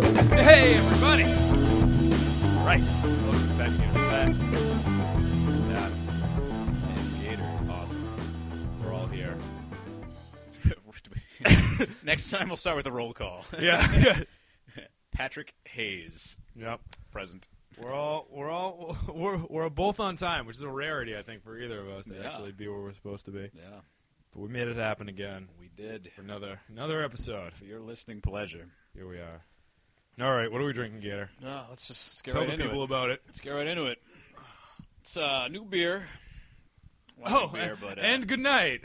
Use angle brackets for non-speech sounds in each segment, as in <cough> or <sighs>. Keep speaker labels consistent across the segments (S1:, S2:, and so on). S1: Hey, everybody! All Right, welcome back to Back. That is Gator. Awesome. We're all here.
S2: Next time we'll start with a roll call.
S1: <laughs>
S2: <laughs>
S1: Yeah.
S2: Patrick Hayes,
S1: yep.
S2: present.
S1: We're all we're all we're we're both on time, which is a rarity, I think, for either of us to
S2: Yeah.
S1: actually be where we're supposed to be.
S2: Yeah,
S1: But we made it happen again
S2: we did.
S1: for another another episode.
S2: For your listening pleasure.
S1: Here we are. All right, what are we drinking, Gator?
S2: No, let's just let's get
S1: Tell
S2: right
S1: the
S2: into
S1: people
S2: it.
S1: about it.
S2: Let's get right into it. It's a uh, new beer. Well,
S1: Oh,
S2: new beer, but, uh,
S1: and good
S2: <laughs>
S1: night.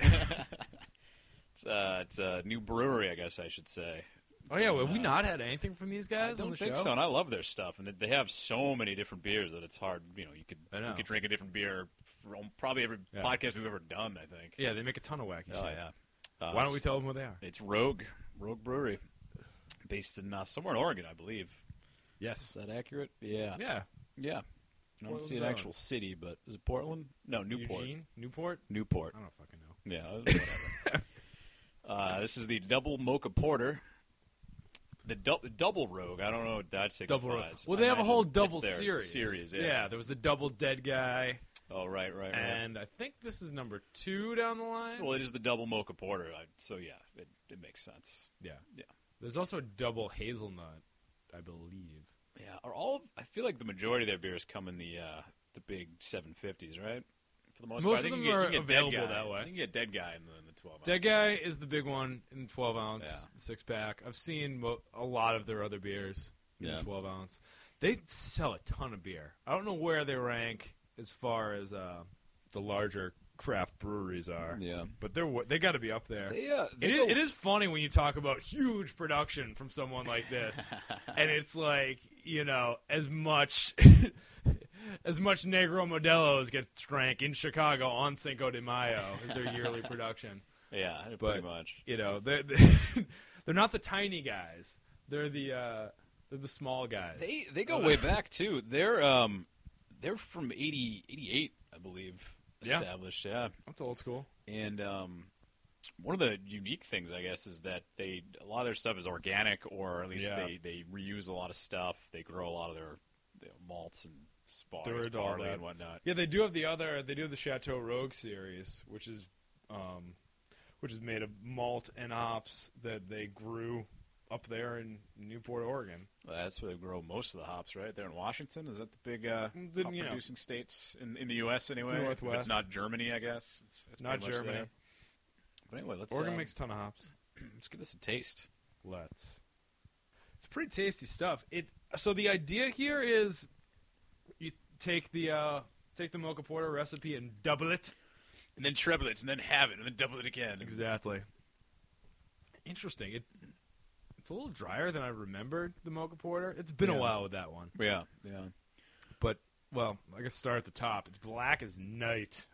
S2: it's, uh, it's a new brewery, I guess I should say.
S1: oh yeah, have we
S2: Uh,
S1: not had anything from these guys
S2: I don't
S1: on the
S2: think
S1: show?
S2: so, and I love their stuff, and they have so many different beers that it's hard. You know, you could
S1: I know.
S2: you could drink a different beer from probably every
S1: Yeah.
S2: podcast we've ever done. I think.
S1: Yeah, they make a ton of wacky
S2: Oh
S1: shit.
S2: yeah.
S1: Why
S2: Uh,
S1: don't
S2: it's-
S1: we tell them who they are?
S2: It's Rogue, Rogue Brewery, based in uh, somewhere in Oregon, I believe. Is
S1: Yes.
S2: that accurate? Yeah,
S1: Yeah.
S2: yeah. I don't
S1: Portland's
S2: see an
S1: own.
S2: actual city, but is it Portland? No, Newport.
S1: Eugene? Oh. Newport?
S2: Newport.
S1: I don't fucking know.
S2: Yeah, whatever.
S1: <laughs>
S2: uh, this is the double mocha porter. The dou- double rogue. I don't know what that signifies.
S1: Double. Well,
S2: I
S1: they have a
S2: imagine
S1: whole
S2: it's
S1: double
S2: their
S1: series.
S2: Series, yeah.
S1: There was the double dead guy,
S2: Oh, right, right, right.
S1: and I think this is number two down the line.
S2: well, it is the double mocha porter, I, so yeah, it, it makes sense.
S1: yeah.
S2: yeah.
S1: There's also a double hazelnut, I believe.
S2: Yeah, are all? Of, I feel like the majority of their beers come in the uh, the big 750s, right? For the
S1: Most
S2: most, part. I
S1: of
S2: think
S1: them
S2: you get- you
S1: are
S2: get Dead
S1: available
S2: Guy.
S1: that way.
S2: You can get dead guy in the, in the 12.
S1: Dead
S2: ounce.
S1: guy is the big one in the 12 ounce
S2: Yeah.
S1: six pack. I've seen mo- a lot of their other beers in
S2: Yeah.
S1: the 12 ounce. They sell a ton of beer. I don't know where they rank as far as uh, the larger craft breweries are.
S2: Yeah,
S1: But they're wa- they got to be up there.
S2: they, uh, they
S1: It is,
S2: go-
S1: it is funny when you talk about huge production from someone like
S2: <laughs>
S1: this, and it's like you know as much <laughs> as much Negro Modelo's gets drank in Chicago on Cinco de Mayo as their yearly
S2: <laughs>
S1: production.
S2: Yeah, pretty
S1: But-
S2: much.
S1: You know they're <laughs> they're, they're not the tiny guys; they're the uh, they're the small guys.
S2: They they go way back too. They're um they're from 80, 88, I believe.
S1: Yeah.
S2: Established, yeah.
S1: That's old school.
S2: And um, one of the unique things, I guess, is that they a lot of their stuff is organic, or at least
S1: Yeah.
S2: they, they reuse a lot of stuff. They grow a lot of their, their malts and spars,
S1: They're into all
S2: barley
S1: that.
S2: and whatnot.
S1: Yeah, they do have the other. They do have the Chateau Rogue series, which is, um, which is made of malt and hops that they grew up there in Newport, Oregon.
S2: Well, that's where they grow most of the hops, right? They're in Washington. Is that the big uh,
S1: Didn't-
S2: hop
S1: you know.
S2: producing states in, in the U.S. Anyway, If
S1: Northwest.
S2: It's not Germany, I guess. It's, it's
S1: Not
S2: pretty much
S1: Germany.
S2: there. But anyway, let's
S1: Oregon
S2: um,
S1: makes a ton of hops.
S2: let's give this a taste.
S1: Let's. It's pretty tasty stuff. It. So the idea here is, you take the uh, take the mocha porter recipe and double it.
S2: And then treble it, and then have it, and then double it again.
S1: Exactly. Interesting. It's it's a little drier than I remembered the mocha porter. It's been a
S2: Yeah.
S1: while with that one.
S2: Yeah, yeah.
S1: But well, I guess start at the top. It's black as night.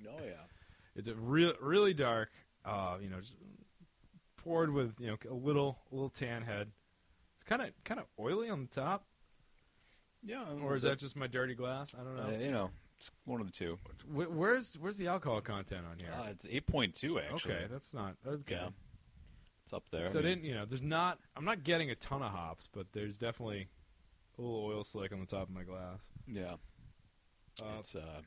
S2: No, Oh, yeah.
S1: It's a real, really dark. Uh, you know, just poured with you know a little, little tan head. It's kind of, kind of oily on the top,
S2: Yeah.
S1: or is that just my dirty glass? I don't
S2: Uh,
S1: know.
S2: you know, it's one of the two.
S1: Wh- where's, where's the alcohol content on
S2: Uh,
S1: here?
S2: it's eight point two actually.
S1: okay, that's not okay.
S2: Yeah. It's up there.
S1: So
S2: I
S1: I
S2: mean,
S1: didn't, you know, there's not. I'm not getting a ton of hops, but there's definitely a little oil slick on the top of my glass.
S2: Yeah.
S1: Uh,
S2: it's uh,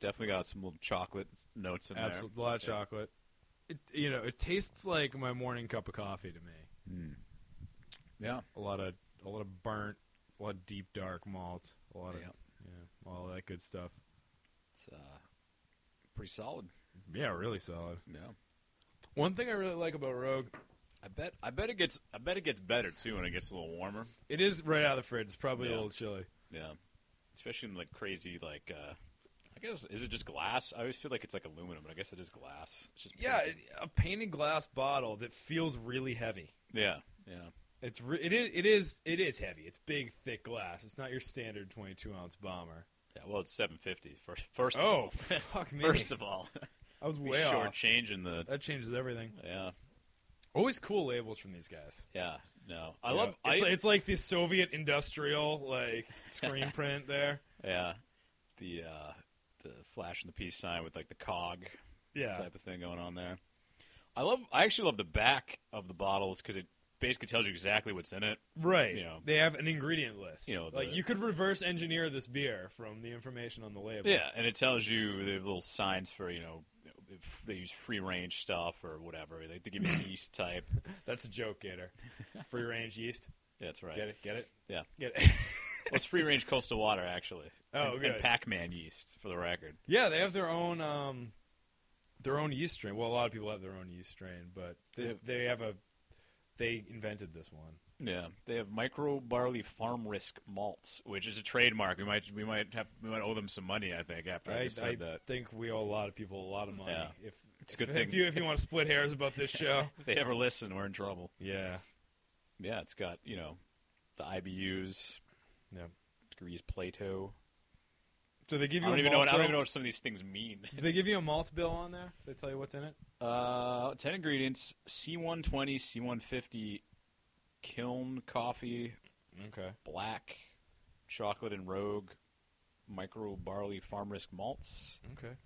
S2: definitely got some little chocolate notes in
S1: absolute a lot of
S2: Yeah.
S1: chocolate. It, you know, it tastes like my morning cup of coffee to me.
S2: there. Mm. Yeah.
S1: a lot of a lot of burnt, a lot of deep dark malt, a lot of
S2: Yep.
S1: yeah, all that good stuff.
S2: It's uh, pretty solid.
S1: Yeah, really solid.
S2: Yeah.
S1: One thing I really like about Rogue,
S2: I bet. I bet it gets. I bet it gets better too when it gets a little warmer.
S1: it is right out of the fridge. It's probably
S2: Yeah.
S1: a little chilly.
S2: Yeah. Especially in like crazy like. uh I guess is it just glass? I always feel like it's like aluminum, but I guess it is glass. It's just
S1: Yeah,
S2: painted.
S1: it- a painted glass bottle that feels really heavy.
S2: yeah, yeah.
S1: It's re- it is it is it is heavy. It's big, thick glass. It's not your standard twenty-two ounce bomber.
S2: Yeah, well, it's seven fifty first. First,
S1: Oh, <laughs>
S2: of all.
S1: fuck me!
S2: first of all,
S1: I was
S2: we
S1: way
S2: short
S1: off.
S2: change in the.
S1: That changes everything.
S2: Yeah,
S1: Always cool labels from these guys.
S2: yeah. No, I
S1: You
S2: love.
S1: know, It's,
S2: I,
S1: it's like the Soviet industrial like <laughs> screen print there.
S2: yeah, the uh, the flash and the peace sign with like the cog
S1: Yeah,
S2: type of thing going on there. I love. I actually love the back of the bottles because it basically tells you exactly what's in it.
S1: Right.
S2: You know.
S1: They have an ingredient list.
S2: You know,
S1: like
S2: the-
S1: you could reverse engineer this beer from the information on the label.
S2: Yeah, and it tells you the little signs for you know if they use free range stuff or whatever. They to give you
S1: <coughs>
S2: the yeast type.
S1: That's a joke,
S2: <laughs>
S1: Gator. Free range yeast.
S2: That's right.
S1: Get it? Get it?
S2: Yeah.
S1: Get it?
S2: Well, it's free range coastal water actually.
S1: <laughs> Oh,
S2: and,
S1: good.
S2: And Pac-Man yeast for the record.
S1: yeah, they have their own um, their own yeast strain. Well, a lot of people have their own yeast strain, but they,
S2: Yeah.
S1: they have a they invented this one.
S2: Yeah, they have micro barley farm risk malts, which is a trademark. We might we might have we might owe them some money. I think after I,
S1: I,
S2: just
S1: I
S2: said that
S1: think we owe a lot of people a lot of money.
S2: Yeah.
S1: If
S2: It's a
S1: if,
S2: good thing.
S1: if you if you want to split hairs about this
S2: <laughs>
S1: show,
S2: if they ever listen, we're in trouble.
S1: yeah,
S2: Yeah, it's got you know the IBUs,
S1: yeah.
S2: degrees Plato.
S1: So they give
S2: I
S1: you.
S2: don't
S1: a
S2: even know.
S1: malt
S2: What, I don't
S1: bill.
S2: even know what some of these things mean.
S1: Do they give you a malt bill on there? They tell you what's in it.
S2: <laughs> Uh, 10 ingredients C120, C150, kiln coffee,
S1: Okay.
S2: black, chocolate and rogue, micro barley farm risk malts.
S1: Okay.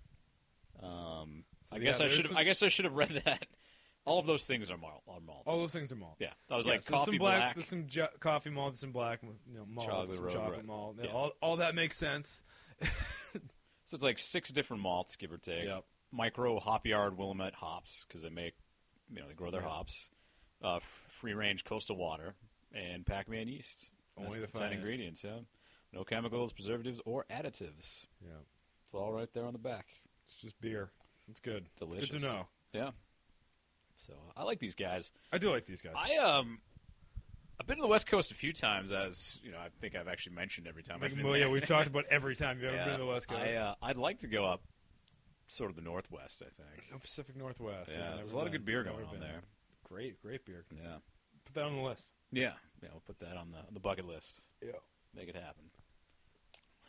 S2: Um,
S1: So
S2: I
S1: yeah,
S2: guess I
S1: there's
S2: should have.
S1: some-
S2: I guess I should have read that. All of those things are, mal- are malts.
S1: All Oh, those things are malt.
S2: yeah, I was
S1: Yeah,
S2: like
S1: so
S2: coffee
S1: some
S2: black.
S1: there's some jo- coffee malt, some black you know, malt,
S2: Chocolate
S1: some
S2: rogue,
S1: chocolate
S2: right.
S1: malt.
S2: Yeah.
S1: All, all that makes
S2: <laughs>
S1: sense.
S2: So it's like six different malts, give or take.
S1: Yep.
S2: Micro hop yard Willamette hops because they make, you know, they grow their
S1: Yeah.
S2: hops. Uh, f- free range coastal water and Pac-Man yeast.
S1: Only
S2: That's
S1: the
S2: ten
S1: finest.
S2: ingredients. Yeah. No chemicals, preservatives, or additives.
S1: Yeah,
S2: It's all right there on the back.
S1: it's just beer. It's good. It's good to
S2: Delicious.
S1: know.
S2: Yeah. So uh, I like these guys.
S1: I do like these guys.
S2: I um, I've been to the West Coast a few times, as you know. I think I've actually mentioned every time.
S1: I
S2: I've
S1: think,
S2: been
S1: well,
S2: there.
S1: yeah, we've talked
S2: <laughs>
S1: about every time you've ever
S2: Yeah.
S1: been to the West Coast.
S2: I, uh, I'd like to go up, sort of the Northwest. I think.
S1: No, Pacific Northwest.
S2: Yeah,
S1: never
S2: there's a lot of
S1: been.
S2: good beer
S1: Never
S2: going on
S1: been.
S2: there.
S1: Great, great beer.
S2: Yeah.
S1: Put that on the list.
S2: Yeah, yeah, we'll put that on the on the bucket list.
S1: Yeah,
S2: Make it happen.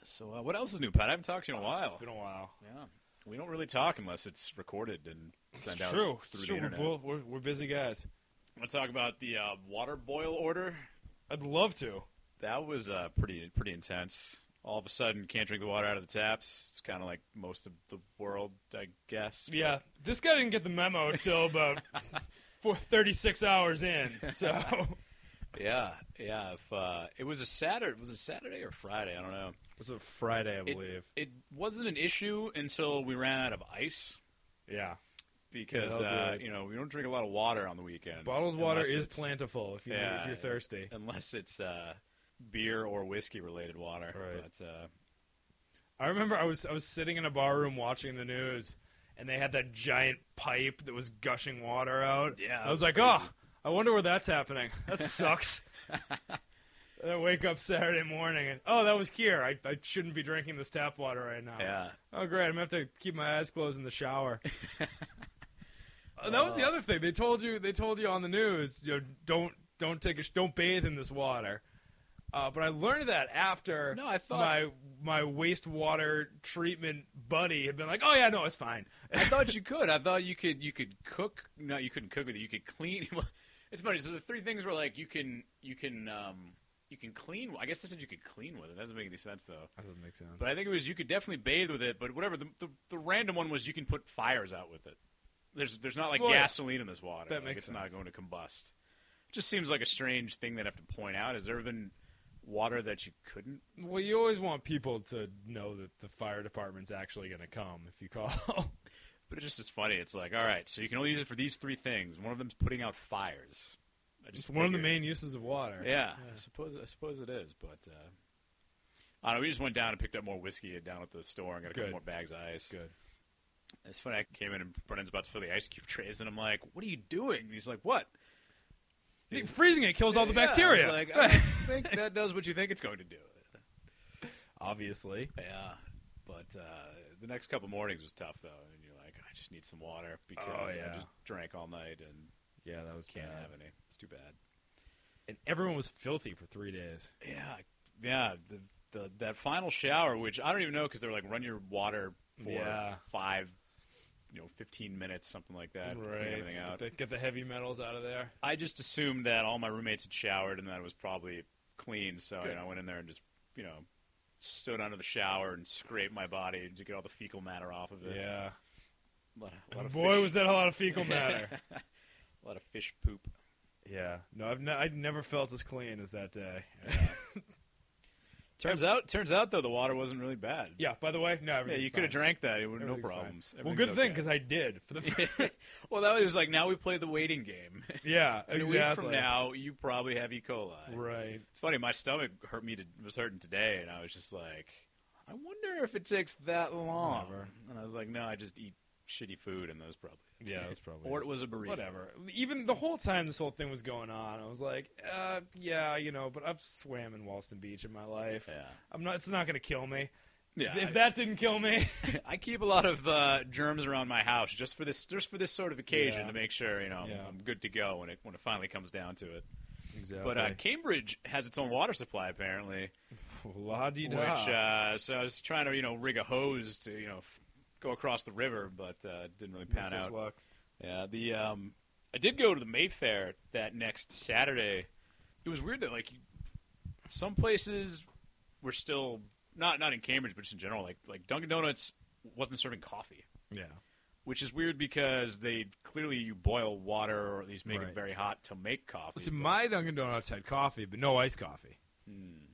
S2: So, uh, what else is new, Pat? I haven't talked to you in a while.
S1: It's been a while.
S2: yeah, we don't really talk unless it's recorded and
S1: It's
S2: sent out
S1: true.
S2: through
S1: It's
S2: the
S1: true. We're,
S2: internet.
S1: both, we're, we're busy guys.
S2: Want to talk about the uh, water boil order?
S1: I'd love to.
S2: That was uh, pretty pretty intense. All of a sudden, can't drink the water out of the taps. It's kind of like most of the world, I guess. but-
S1: Yeah, this guy didn't get the memo until about
S2: <laughs>
S1: four, 36 hours in. <laughs> So
S2: yeah, yeah. If uh, it was a Saturday, was it Saturday or Friday? I don't know.
S1: was a Friday, I
S2: It-
S1: believe.
S2: It wasn't an issue until we ran out of ice.
S1: yeah,
S2: because
S1: Yeah, they'll
S2: uh,
S1: do it.
S2: you know we don't drink a lot of water on the weekends.
S1: Oh, bottled water
S2: unless
S1: is
S2: it's-
S1: plentiful if you
S2: Yeah,
S1: if you're thirsty.
S2: unless it's uh, beer or whiskey related water.
S1: Right.
S2: But uh,
S1: I remember I was I was sitting in a bar room watching the news, and they had that giant pipe that was gushing water out.
S2: Yeah,
S1: I was
S2: that's
S1: like,
S2: crazy.
S1: oh, I wonder where that's happening. That
S2: <laughs>
S1: sucks. and I wake up Saturday morning and oh, that was here. I, I shouldn't be drinking this tap water right now.
S2: yeah,
S1: Oh, great. I'm going to have to keep my eyes closed in the shower. Uh, that was the other thing. They told you they told you on the news, you know, don't don't take a sh- don't bathe in this water. Uh, but I learned that after
S2: No, I thought-
S1: my my wastewater treatment buddy had been like, "Oh yeah, no, it's fine."
S2: I thought you could. I thought you could. You could cook. No, you couldn't cook with it. You could clean. <laughs> it's funny. So the three things were like you can you can um, you can clean. I guess they said you could clean with it. That doesn't make any sense though.
S1: That doesn't make sense.
S2: But I think it was you could definitely bathe with it. But whatever the the, the random one was, you can put fires out with it. There's there's not like
S1: Well, yeah.
S2: gasoline in this water.
S1: That
S2: Like,
S1: makes
S2: it's not
S1: sense.
S2: going to combust. It just seems like a strange thing that I have to point out. Has there ever been water that you couldn't?
S1: well, you always want people to know that the fire department's actually going to come if you call. <laughs>
S2: But it just is funny. It's like all right, so you can only use it for these three things. One of them's putting out fires. I just
S1: it's one of the
S2: figured-
S1: main uses of water.
S2: Yeah, I suppose I suppose it is, but uh, I don't know. We just went down and picked up more whiskey down at the store and got a
S1: Good.
S2: couple more bags of ice.
S1: Good.
S2: It's funny. I came in and Brennan's about to fill the ice cube <laughs> trays, and I'm like, "What are you doing?" And he's like, "What?"
S1: Dude, Freezing it kills all the
S2: Yeah, I was
S1: bacteria. <laughs>
S2: like, I don't think that does what you think it's going to do.
S1: Obviously.
S2: Yeah, but uh, the next couple mornings was tough though, and you're like, "I just need some water because
S1: Oh, yeah.
S2: I just drank all night and
S1: Yeah, that was
S2: can't
S1: bad.
S2: have any. It's too bad."
S1: and everyone was filthy for three days.
S2: Yeah, yeah. The, the that final shower, which I don't even know because they're like, "Run your water for
S1: Yeah.
S2: five, you know, fifteen minutes, something like that." clean everything
S1: Get
S2: out.
S1: the, get the heavy metals out of there.
S2: I just assumed that all my roommates had showered and that it was probably clean. So you
S1: Good.
S2: know, I went in there and just you know stood under the shower and scraped my body to get all the fecal matter off of it.
S1: Yeah.
S2: a lot of, a lot
S1: And
S2: of
S1: boy,
S2: fish- <laughs>
S1: <laughs> was that a lot of fecal matter.
S2: a lot of fish poop.
S1: Yeah. No, I've ne- I'd never felt as clean as that day.
S2: Turns out, turns out though, the water wasn't really bad.
S1: <laughs> yeah. By the way, no.
S2: Yeah,
S1: everything's
S2: you could have
S1: fine.
S2: drank that. It would no
S1: Everything's fine.
S2: problems.
S1: Well,
S2: Everything's
S1: good thing
S2: okay.
S1: because I did for the. <laughs> First,
S2: <laughs> well, that was like now we play the waiting game.
S1: yeah.
S2: And
S1: exactly.
S2: a week from now, you probably have E. coli.
S1: Right.
S2: It's funny. My stomach hurt me to, was hurting today, and I was just like, I wonder if it takes that long.
S1: Whatever.
S2: And I was like, No, I just eat shitty food, and that was probably. it.
S1: Yeah,
S2: <laughs>
S1: that's probably.
S2: Or
S1: it.
S2: it was a burrito.
S1: Whatever. Even the whole time this whole thing was going on, I was like, uh, yeah, you know, but I've swam in Walston Beach in my life.
S2: Yeah.
S1: I'm not. It's not going to kill me.
S2: Yeah.
S1: if
S2: I-
S1: that didn't kill me,
S2: <laughs> I keep a lot of uh, germs around my house just for this, just for this sort of occasion
S1: Yeah.
S2: to make sure you know I'm-
S1: Yeah.
S2: I'm good to go when it when it finally comes down to it.
S1: exactly.
S2: But uh, Cambridge has its own water supply apparently,
S1: la di
S2: which uh, so I was trying to you know rig a hose to you know f- go across the river, but uh, it didn't really pan out.
S1: luck.
S2: Yeah, the um, I did go to the Mayfair that next Saturday. It was weird that like you- some places were still not not in Cambridge, but just in general, like like Dunkin' Donuts wasn't serving coffee.
S1: Yeah.
S2: which is weird because they clearly you boil water or at least make
S1: Right.
S2: it very hot to make coffee.
S1: Listen,
S2: but-
S1: my Dunkin' Donuts had coffee, but no iced coffee.
S2: Hmm.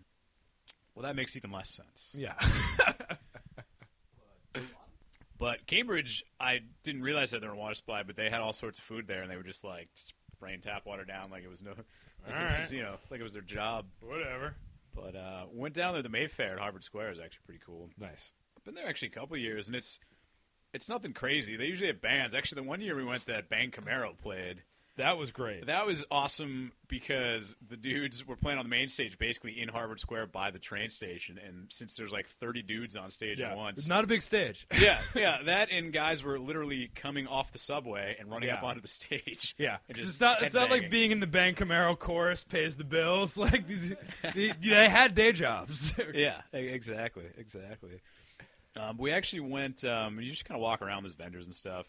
S2: well, that makes even less sense.
S1: Yeah.
S2: But Cambridge, I didn't realize that they were a water supply, but they had all sorts of food there, and they were just like spraying tap water down like it was no, like it was
S1: right.
S2: just, you know, like it was their job.
S1: Whatever.
S2: But uh, went down there to Mayfair at Harvard Square is actually pretty cool.
S1: <laughs> Nice.
S2: I've been there actually a couple of years, and it's it's nothing crazy. They usually have bands. Actually, the one year we went that Bang Camaro played,
S1: That was great.
S2: That was awesome because the dudes were playing on the main stage, basically in Harvard Square by the train station. And since there's like 30 dudes on stage
S1: yeah.
S2: at once,
S1: It's not a big stage.
S2: yeah, yeah, that and guys were literally coming off the subway and running up
S1: Yeah.
S2: onto the stage.
S1: <laughs> Yeah,
S2: and
S1: 'cause
S2: just
S1: it's not it's not like
S2: headbanging.
S1: being in the band Camaro chorus pays the bills. <laughs> Like these, they, they had day jobs. <laughs>
S2: Yeah, e- exactly, exactly. Um, we actually went. Um, you just kind of walk around. There's vendors and stuff,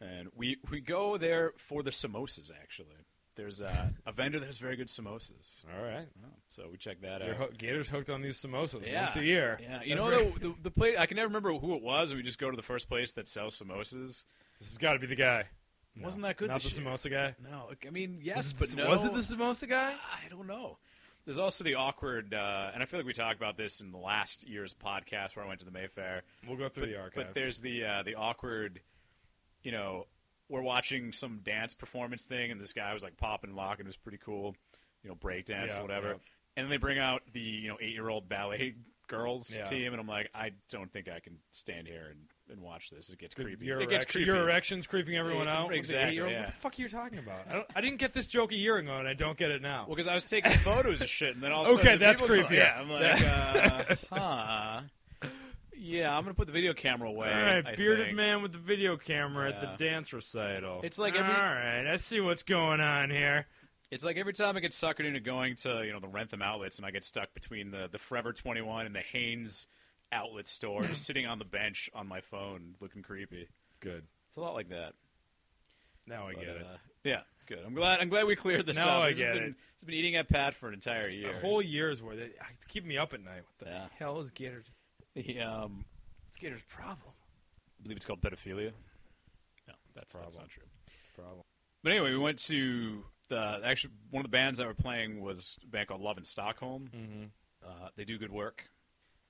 S2: and we we go there for the samosas. Actually, there's a, a vendor that has very good samosas.
S1: All right,
S2: Oh, so we checked that
S1: You're
S2: out.
S1: hoo- Gators hooked on these samosas once a year.
S2: Yeah, you know
S1: Every-
S2: the, the the place I can never remember who it was. and We just go to the first place that sells samosas.
S1: this has got to be the guy.
S2: Wasn't that good
S1: Not
S2: this
S1: the
S2: year?
S1: samosa guy.
S2: No, I mean
S1: was,
S2: yes, but
S1: it-
S2: no.
S1: was it the samosa guy?
S2: I don't know. There's also the awkward, uh, and I feel like we talked about this in the last year's podcast where I went to the Mayfair.
S1: We'll go through
S2: but,
S1: the archives.
S2: But there's the uh, the awkward, you know, we're watching some dance performance thing, and this guy was like popping and locking, it was pretty cool, you know, breakdance
S1: Yeah,
S2: or whatever.
S1: yeah.
S2: And then they bring out the you know eight year old ballet girls
S1: Yeah.
S2: team, and I'm like, I don't think I can stand here and, and watch this. It gets
S1: The-
S2: creepy.
S1: Your,
S2: it gets
S1: erect-
S2: creepy.
S1: your erections creeping everyone
S2: Yeah,
S1: out. with the
S2: exactly,
S1: eight-year-old.
S2: yeah.
S1: What the fuck are you talking about? I, don't, I didn't get this joke a year ago, and I don't get it now.
S2: Well, because I was taking photos of shit, and then all of a
S1: Okay,
S2: sudden the
S1: that's
S2: people go-
S1: creepier.
S2: Yeah, I'm like, uh,
S1: <laughs>
S2: huh. Yeah, I'm gonna put the video camera away.
S1: All right,
S2: I
S1: bearded
S2: think.
S1: man with the video camera at
S2: Yeah.
S1: the dance recital.
S2: It's like every-
S1: All right, I see what's going on here.
S2: It's like every time I get suckered into going to you know the Rentham outlets, and I get stuck between the the Forever 21 and the Haynes outlet store,
S1: <laughs>
S2: just sitting on the bench on my phone, looking creepy.
S1: Good.
S2: It's a lot like that.
S1: Now I
S2: But,
S1: get it.
S2: uh, yeah, good. I'm glad. I'm glad we cleared this
S1: Now
S2: up.
S1: I
S2: This has
S1: get
S2: been,
S1: it.
S2: It's been eating at Pat for an entire year.
S1: A whole year's worth. It, it's keeping me up at night. What the
S2: Yeah.
S1: hell is Gator's?
S2: The, um,
S1: What's Gator's problem?
S2: I believe it's called pedophilia. No, that's, that's
S1: problem.
S2: not true.
S1: Problem.
S2: But anyway, we went to the actually one of the bands that were playing was a band called Love in Stockholm.
S1: Mm-hmm.
S2: Uh, they do good work.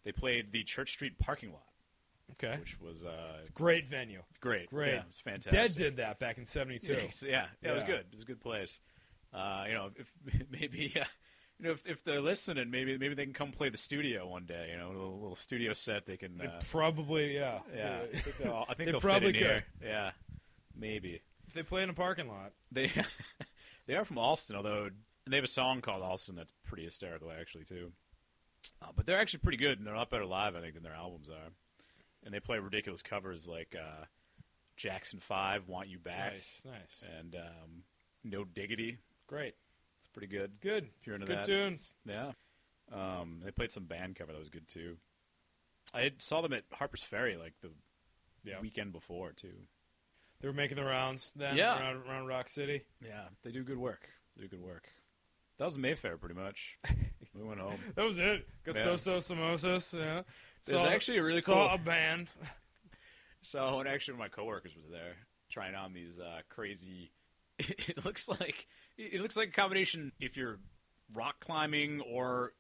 S2: They played the Church Street parking lot,
S1: Okay.
S2: which was uh,
S1: Great venue.
S2: Great,
S1: Eh? Great.
S2: yeah, it was fantastic.
S1: Dead did that back in '72.
S2: Yeah, it's- <laughs> yeah, yeah, it was
S1: Yeah.
S2: good. It was a good place. Uh, you know, if, <laughs> maybe uh, you know if, if they're listening, maybe maybe they can come play the studio one day. You know, a little, little studio set they can.
S1: They
S2: Uh,
S1: probably, yeah.
S2: yeah, I think they'll, I think
S1: They uh,
S2: they'll fit
S1: probably
S2: in here. Yeah, maybe
S1: if <laughs> they play in a parking lot,
S2: they <laughs> they are from Alston, although they have a song called Alston that's pretty hysterical actually too. Uh, but they're actually pretty good, and they're a lot better live I think than their albums are. And they play ridiculous covers like uh, Jackson Five, "Want You Back,"
S1: nice, nice,
S2: and um, "No Diggity."
S1: great,
S2: It's pretty good.
S1: good,
S2: If you're into
S1: good
S2: that,
S1: tunes.
S2: yeah. Um, they played some band cover that was good too. I had- saw them at Harper's Ferry like the
S1: Yeah,
S2: weekend before too.
S1: they were making the rounds then
S2: Yeah.
S1: around, around Rock City.
S2: Yeah, they do good work. They do good work. That was Mayfair pretty
S1: <laughs>
S2: much. we went home.
S1: That was it. Got
S2: Yeah.
S1: so so samosas. Yeah,
S2: There's
S1: saw,
S2: actually a really
S1: saw
S2: cool.
S1: a band.
S2: So, and actually, one of my coworkers was there trying on these uh, crazy <laughs> it, it looks like it it looks like a combination if you're rock climbing or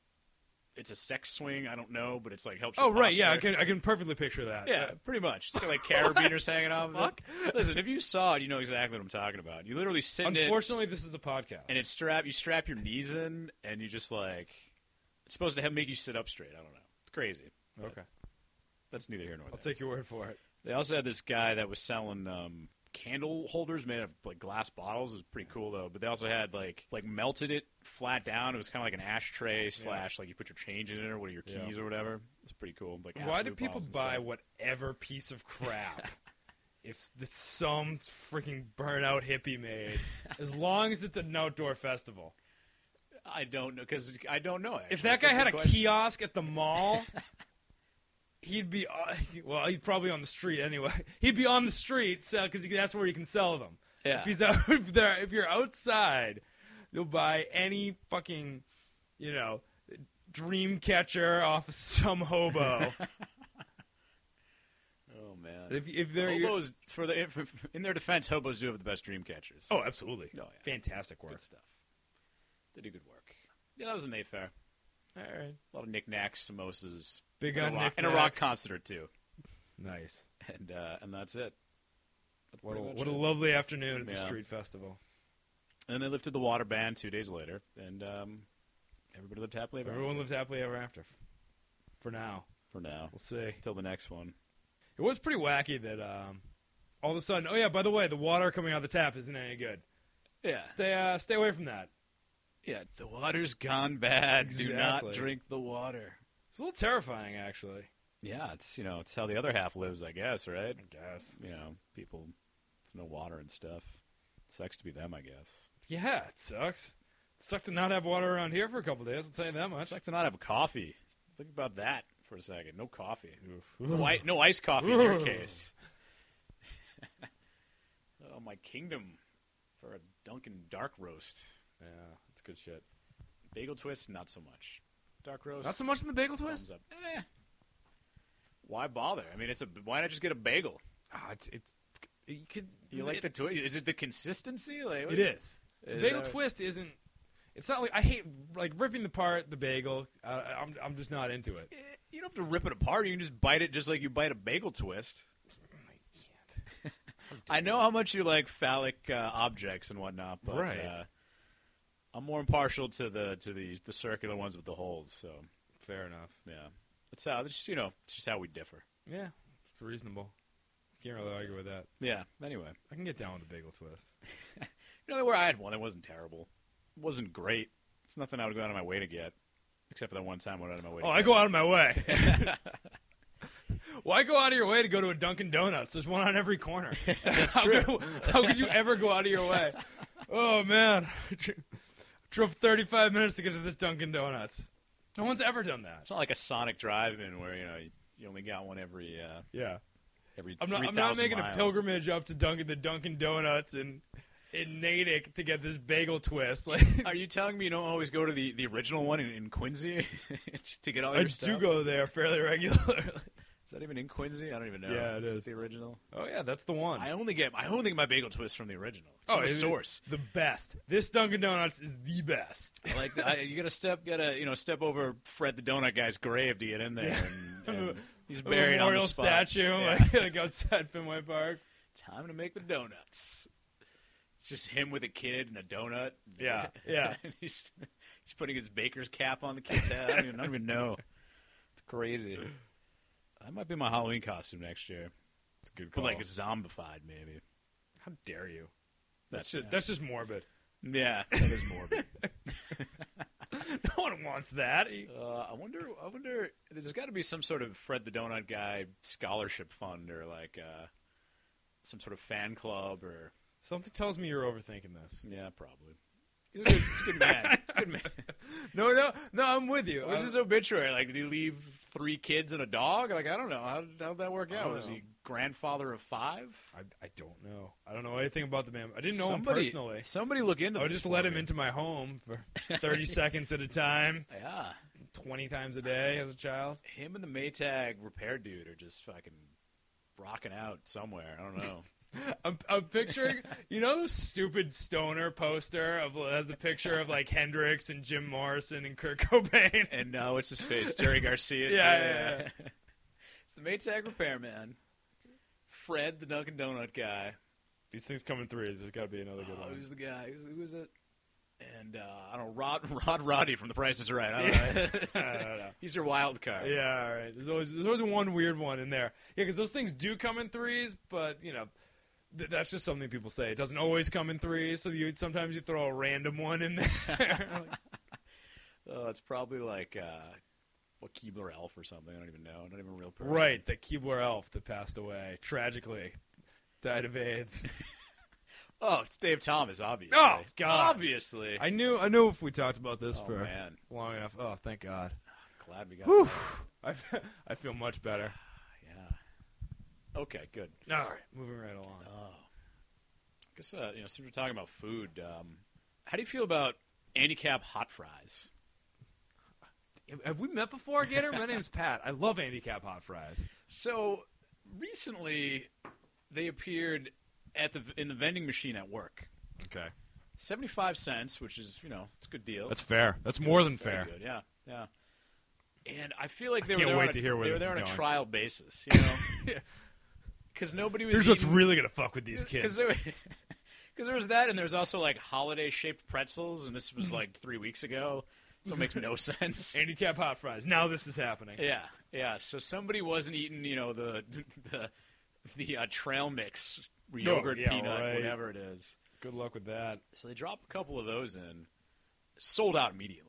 S2: it's a sex swing. I don't know, but it's like helps. your
S1: Oh right, yeah, I
S2: posture.
S1: can I can perfectly picture that.
S2: Yeah, pretty much. It's got
S1: <laughs>
S2: like carabiners hanging off. of it.
S1: Fuck.
S2: Listen, if you saw it, you know exactly what I'm talking about. You literally sit in it,
S1: Unfortunately, this is a podcast.
S2: and it's strap. You strap your knees in, and you just like it's supposed to have, make you sit up straight. I don't know. It's crazy.
S1: okay.
S2: That's neither here nor
S1: I'll
S2: there.
S1: take your word for it.
S2: They also had this guy that was selling um, candle holders made of like glass bottles. It was pretty cool though. But they also had like like melted it flat down. It was kind of like an ashtray slash like you put your change in it or one of your
S1: Yeah.
S2: keys or whatever. It's pretty cool. Like
S1: Why do
S2: absolute
S1: people
S2: bottles and
S1: buy
S2: stuff.
S1: whatever piece of
S2: <laughs>
S1: crap if this some freaking burnout hippie made? As long as it's an outdoor festival.
S2: I don't know because I don't know.
S1: If
S2: actually.
S1: that
S2: That's
S1: guy
S2: a
S1: had a
S2: good question.
S1: kiosk at the mall,
S2: <laughs>
S1: he'd be uh, well. He'd probably on the street anyway. <laughs> He'd be on the street because that's where you can sell them.
S2: Yeah.
S1: If he's out <laughs> if there, if you're outside, you'll buy any fucking, you know, dream catcher off some
S2: <laughs>
S1: hobo.
S2: oh man,
S1: if if they're
S2: hobos for the <laughs> if, if- in their defense, hobos do have the best dream catchers.
S1: oh, absolutely,
S2: Oh, yeah.
S1: fantastic work.
S2: good stuff. They do good work. Yeah, that was a Mayfair.
S1: All right,
S2: A lot of knickknacks, samosas,
S1: big
S2: and a,
S1: on
S2: rock, and a rock concert or two,
S1: Nice.
S2: and uh, and that's it. That's
S1: What a,
S2: pretty much
S1: what a
S2: it.
S1: lovely afternoon at the
S2: Yeah.
S1: street festival.
S2: And they lifted the water ban two days later, and um, everybody lived happily ever
S1: Everyone
S2: after
S1: lives happily ever after. For now,
S2: for now.
S1: we'll see.
S2: Till the next one.
S1: It was pretty wacky that um, all of a sudden. Oh yeah, by the way, the water coming out of the tap isn't any good.
S2: Yeah,
S1: Stay uh, stay away from that.
S2: yeah. The water's gone bad. Do not
S1: Exactly.
S2: drink the water.
S1: It's a little terrifying, actually.
S2: Yeah, it's you know it's how the other half lives, I guess, right?
S1: I guess.
S2: You know, people, there's no water and stuff. Sucks to be them, I guess.
S1: Yeah, it sucks. It sucked to not have water around here for a couple days. I'll tell you that much.
S2: Sucks to not have coffee. Think about that for a second. No coffee.
S1: <laughs> Oof.
S2: No, i- no ice coffee
S1: <laughs>
S2: in your
S1: Ooh.
S2: case. <laughs> oh, my kingdom for a Dunkin' Dark Roast.
S1: Yeah, it's good shit.
S2: Bagel twist, not so much. Dark roast,
S1: Not so much in the bagel
S2: thumbs
S1: twist.
S2: up. Eh. Why bother? I mean, it's a why not just get a bagel?
S1: Ah, it's it's you could
S2: You like
S1: it,
S2: the twist? Is it the consistency? Like, what-
S1: it is.
S2: Is
S1: bagel
S2: that-
S1: twist isn't. It's not like I hate like ripping apart the bagel. I, I'm I'm just not into it.
S2: Eh, You don't have to rip it apart. You can just bite it just like you bite a bagel twist.
S1: I can't.
S2: I know how much you like phallic uh, objects and whatnot, but
S1: Right.
S2: uh, I'm more impartial to the to the the circular ones with the holes. So
S1: Fair enough.
S2: yeah, that's how that's just, you know it's just how we differ.
S1: Yeah, it's reasonable. Can't really argue with that.
S2: Yeah. Anyway,
S1: I can get down with the bagel twist.
S2: you know where I had one. It wasn't terrible. It wasn't great. It's nothing I would go out of my way to get, except for that one time I went out of my way.
S1: Oh,
S2: to
S1: I
S2: get.
S1: go out of my <laughs> way. Why go out of your way to go to a Dunkin' Donuts? There's one on every corner. <laughs> how, Could, how could you ever go out of your way? Oh man, drove 35 minutes to get to this Dunkin' Donuts. No one's ever done that.
S2: It's not like a Sonic drive-in where you know you, you only got one every uh,
S1: Yeah,
S2: every.
S1: I'm not. I'm not
S2: 3,000
S1: making
S2: miles.
S1: a pilgrimage up to Dunkin' the Dunkin' Donuts in in Natick to get this bagel twist. <laughs> Like
S2: Are you telling me you don't always go to the, the original one in, in Quincy <laughs> just to get all
S1: I
S2: your
S1: do
S2: stuff?
S1: go there fairly regularly. <laughs>
S2: Is that even in Quincy? I don't even know.
S1: Yeah, it is.
S2: the original.
S1: oh yeah, that's the one. Oh,
S2: I only get I only get my bagel twist from the original. It's from the
S1: it-
S2: source.
S1: The best. This Dunkin' Donuts is the best.
S2: like I, you gotta step, gotta you know step over Fred the Donut Guy's grave to get in there.
S1: <laughs>
S2: And, and he's
S1: A
S2: buried on
S1: memorial
S2: the spot.
S1: statue
S2: Yeah.
S1: <laughs> like, like outside Fenway Park.
S2: Time to make the donuts. It's just him with a kid and a donut. <laughs>
S1: Yeah, yeah.
S2: And he's he's putting his baker's cap on the kid's head. I don't even, I don't even know. It's crazy. That might be my Halloween costume next year,
S1: It's a good
S2: but like zombified maybe.
S1: How dare you? That's
S2: That's
S1: just,
S2: bad.
S1: that's just morbid.
S2: Yeah, that is morbid.
S1: <laughs> No one wants that.
S2: Uh, I wonder. I wonder. There's got to be some sort of Fred the Donut Guy scholarship fund, or like uh, some sort of fan club, or
S1: Something tells me you're overthinking this.
S2: yeah, probably. He's a good, he's a good man. He's
S1: <laughs>
S2: a good man.
S1: No, no, no. I'm with you.
S2: What's
S1: I'm-
S2: his obituary? Like, did he leave three kids and a dog? Like, I don't know. How did how'd that work
S1: I
S2: out?
S1: don't
S2: Was
S1: know.
S2: he grandfather of five?
S1: I, I don't know. I don't know anything about the man. I didn't know
S2: somebody,
S1: him personally.
S2: Somebody look into.
S1: I would
S2: this
S1: just
S2: for
S1: let him
S2: me.
S1: into my home for <laughs> 30 seconds at a time,
S2: Yeah,
S1: 20 times a day as a child.
S2: him and the Maytag repair dude are just fucking rocking out somewhere. I don't know.
S1: I'm, I'm picturing, you know, the stupid stoner poster of has the picture of like Hendrix and Jim Morrison and Kurt Cobain.
S2: And now what's his face? Jerry Garcia.
S1: <laughs> Yeah, yeah,
S2: <laughs> it's the Maytag repairman. Fred, the Dunkin' Donut guy.
S1: These things coming through. There's got to be another good
S2: Oh,
S1: one.
S2: who's the guy? Who's, who is it? And uh, I don't know, Rod, <laughs> Rod Roddy from The Price is Right. I don't know.
S1: <laughs>
S2: <laughs> Uh,
S1: I don't know.
S2: He's your wild card.
S1: Yeah, all right. There's always there's always one weird one in there. Yeah, because those things do come in threes, but you know, th- that's just something people say. It doesn't always come in threes, so you sometimes you throw a random one in <laughs> there.
S2: Oh, it's probably like uh, what Keebler Elf or something. I don't even know. Not even a real person.
S1: right, the Keebler elf that passed away tragically, died of <laughs> AIDS.
S2: Oh, it's Dave Thomas, obviously.
S1: Oh, God.
S2: Obviously.
S1: I knew I knew if we talked about this
S2: oh
S1: for
S2: man,
S1: long enough. Oh, thank God.
S2: glad we got.
S1: Whew.
S2: that.
S1: <laughs> I, f- I feel much better.
S2: Yeah. Okay, good.
S1: All right, moving right along.
S2: Oh, I guess uh, you know since we're talking about food, um, how do you feel about handicap hot fries?
S1: Have we met before, Gator? My name's Pat. I love handicap hot fries.
S2: So recently, they appeared at the in the vending machine at work.
S1: Okay,
S2: Seventy five cents, which is you know it's a good deal.
S1: that's fair. That's more than
S2: Very
S1: fair.
S2: Good. Yeah, yeah. And I feel like they
S1: can't
S2: were there
S1: wait
S2: on a,
S1: to hear where
S2: they were
S1: this
S2: there
S1: is
S2: on
S1: going.
S2: a trial basis, you know,
S1: <laughs>
S2: <laughs>
S1: Yeah.
S2: because nobody was.
S1: Here's what's
S2: eating-
S1: really gonna fuck with
S2: <laughs>
S1: these
S2: Because
S1: kids.
S2: there, because there was that, and there was also like holiday shaped pretzels, and this was
S1: Hmm.
S2: like three weeks ago, so it
S1: <laughs>
S2: makes no
S1: <laughs>
S2: sense.
S1: Handicap hot fries. Now this is happening.
S2: Yeah, yeah. So somebody wasn't eating, you know, the <laughs> the the uh, trail mix yogurt,
S1: Oh, yeah,
S2: peanut,
S1: right.
S2: whatever it is.
S1: Good luck with that.
S2: So they drop a couple of those in, sold out immediately.